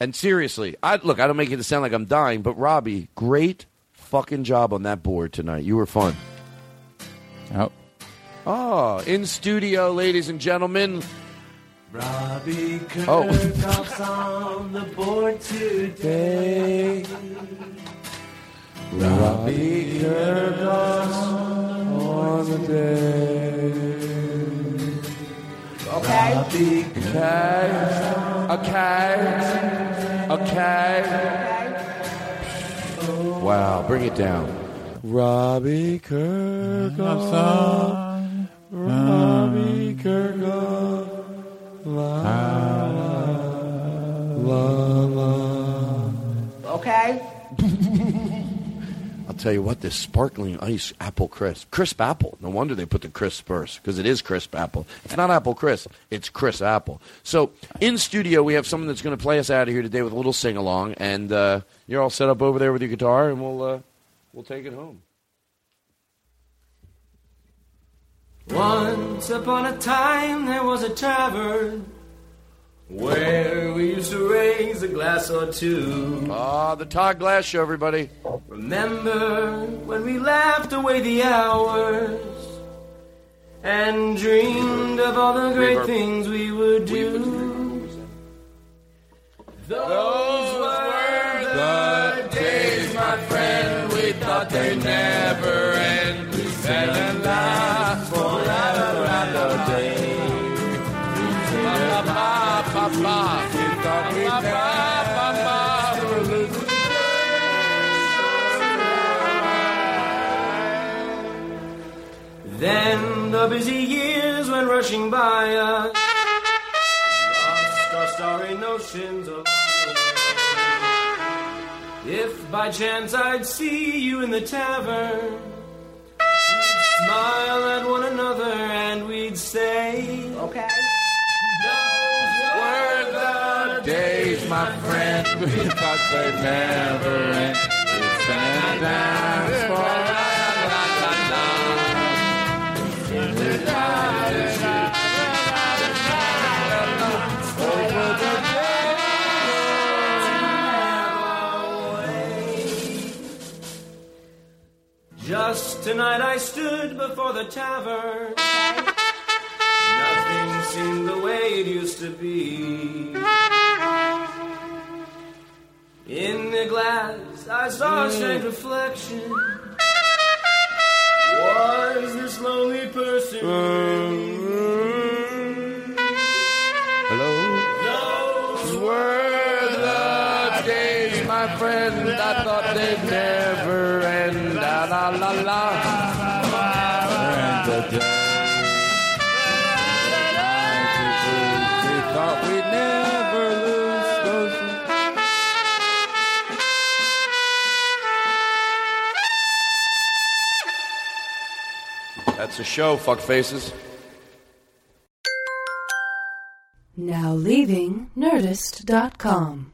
Speaker 4: And seriously, I look, I don't make it sound like I'm dying, but Robbie, great fucking job on that board tonight. You were fun.
Speaker 6: Oh.
Speaker 4: Oh, in studio, ladies and gentlemen.
Speaker 5: Robbie
Speaker 4: Oh.
Speaker 5: Kirkhoff's on the board today. Robbie Kirkhoff's on the day.
Speaker 18: Okay.
Speaker 5: Robbie
Speaker 4: Okay. Okay. Wow, bring it down. Robbie Kirkhoff.
Speaker 5: Robbie Kirkhoff.
Speaker 18: Okay.
Speaker 4: I'll tell you what, this sparkling ice apple crisp, crisp apple. No wonder they put the crisp first because it is crisp apple. It's not apple crisp, it's crisp apple. So in studio, we have someone that's going to play us out of here today with a little sing along, and uh, you're all set up over there with your guitar, and we'll uh, we'll take it home.
Speaker 5: Once upon a time there was a tavern where we used to raise a glass or two.
Speaker 4: Ah, the Todd Glass Show, everybody.
Speaker 5: Remember when we laughed away the hours and dreamed of all the great
Speaker 4: Reverb.
Speaker 5: things we would do? Those were the days, my friend, we thought they never end. We fell in love for another and a day. We thought we never
Speaker 3: Then the busy years went rushing by us. Lost our starry notions along the way. If by chance I'd see you in the tavern, we'd smile at one another and we'd say, Okay.
Speaker 5: Were the days, my friend, we thought they'd never end. We sang and danced for
Speaker 3: Just tonight I stood before the tavern. Nothing seemed the way it used to be. In the glass I saw a strange reflection. Was this lonely person?
Speaker 5: Hello?
Speaker 3: Those
Speaker 5: were the days, my friend, I thought they'd never end. La la la la. And the days, the nights we dreamed, we thought we'd never lose those.
Speaker 4: That's a show, fuck faces.
Speaker 22: Now leaving Nerdist.com.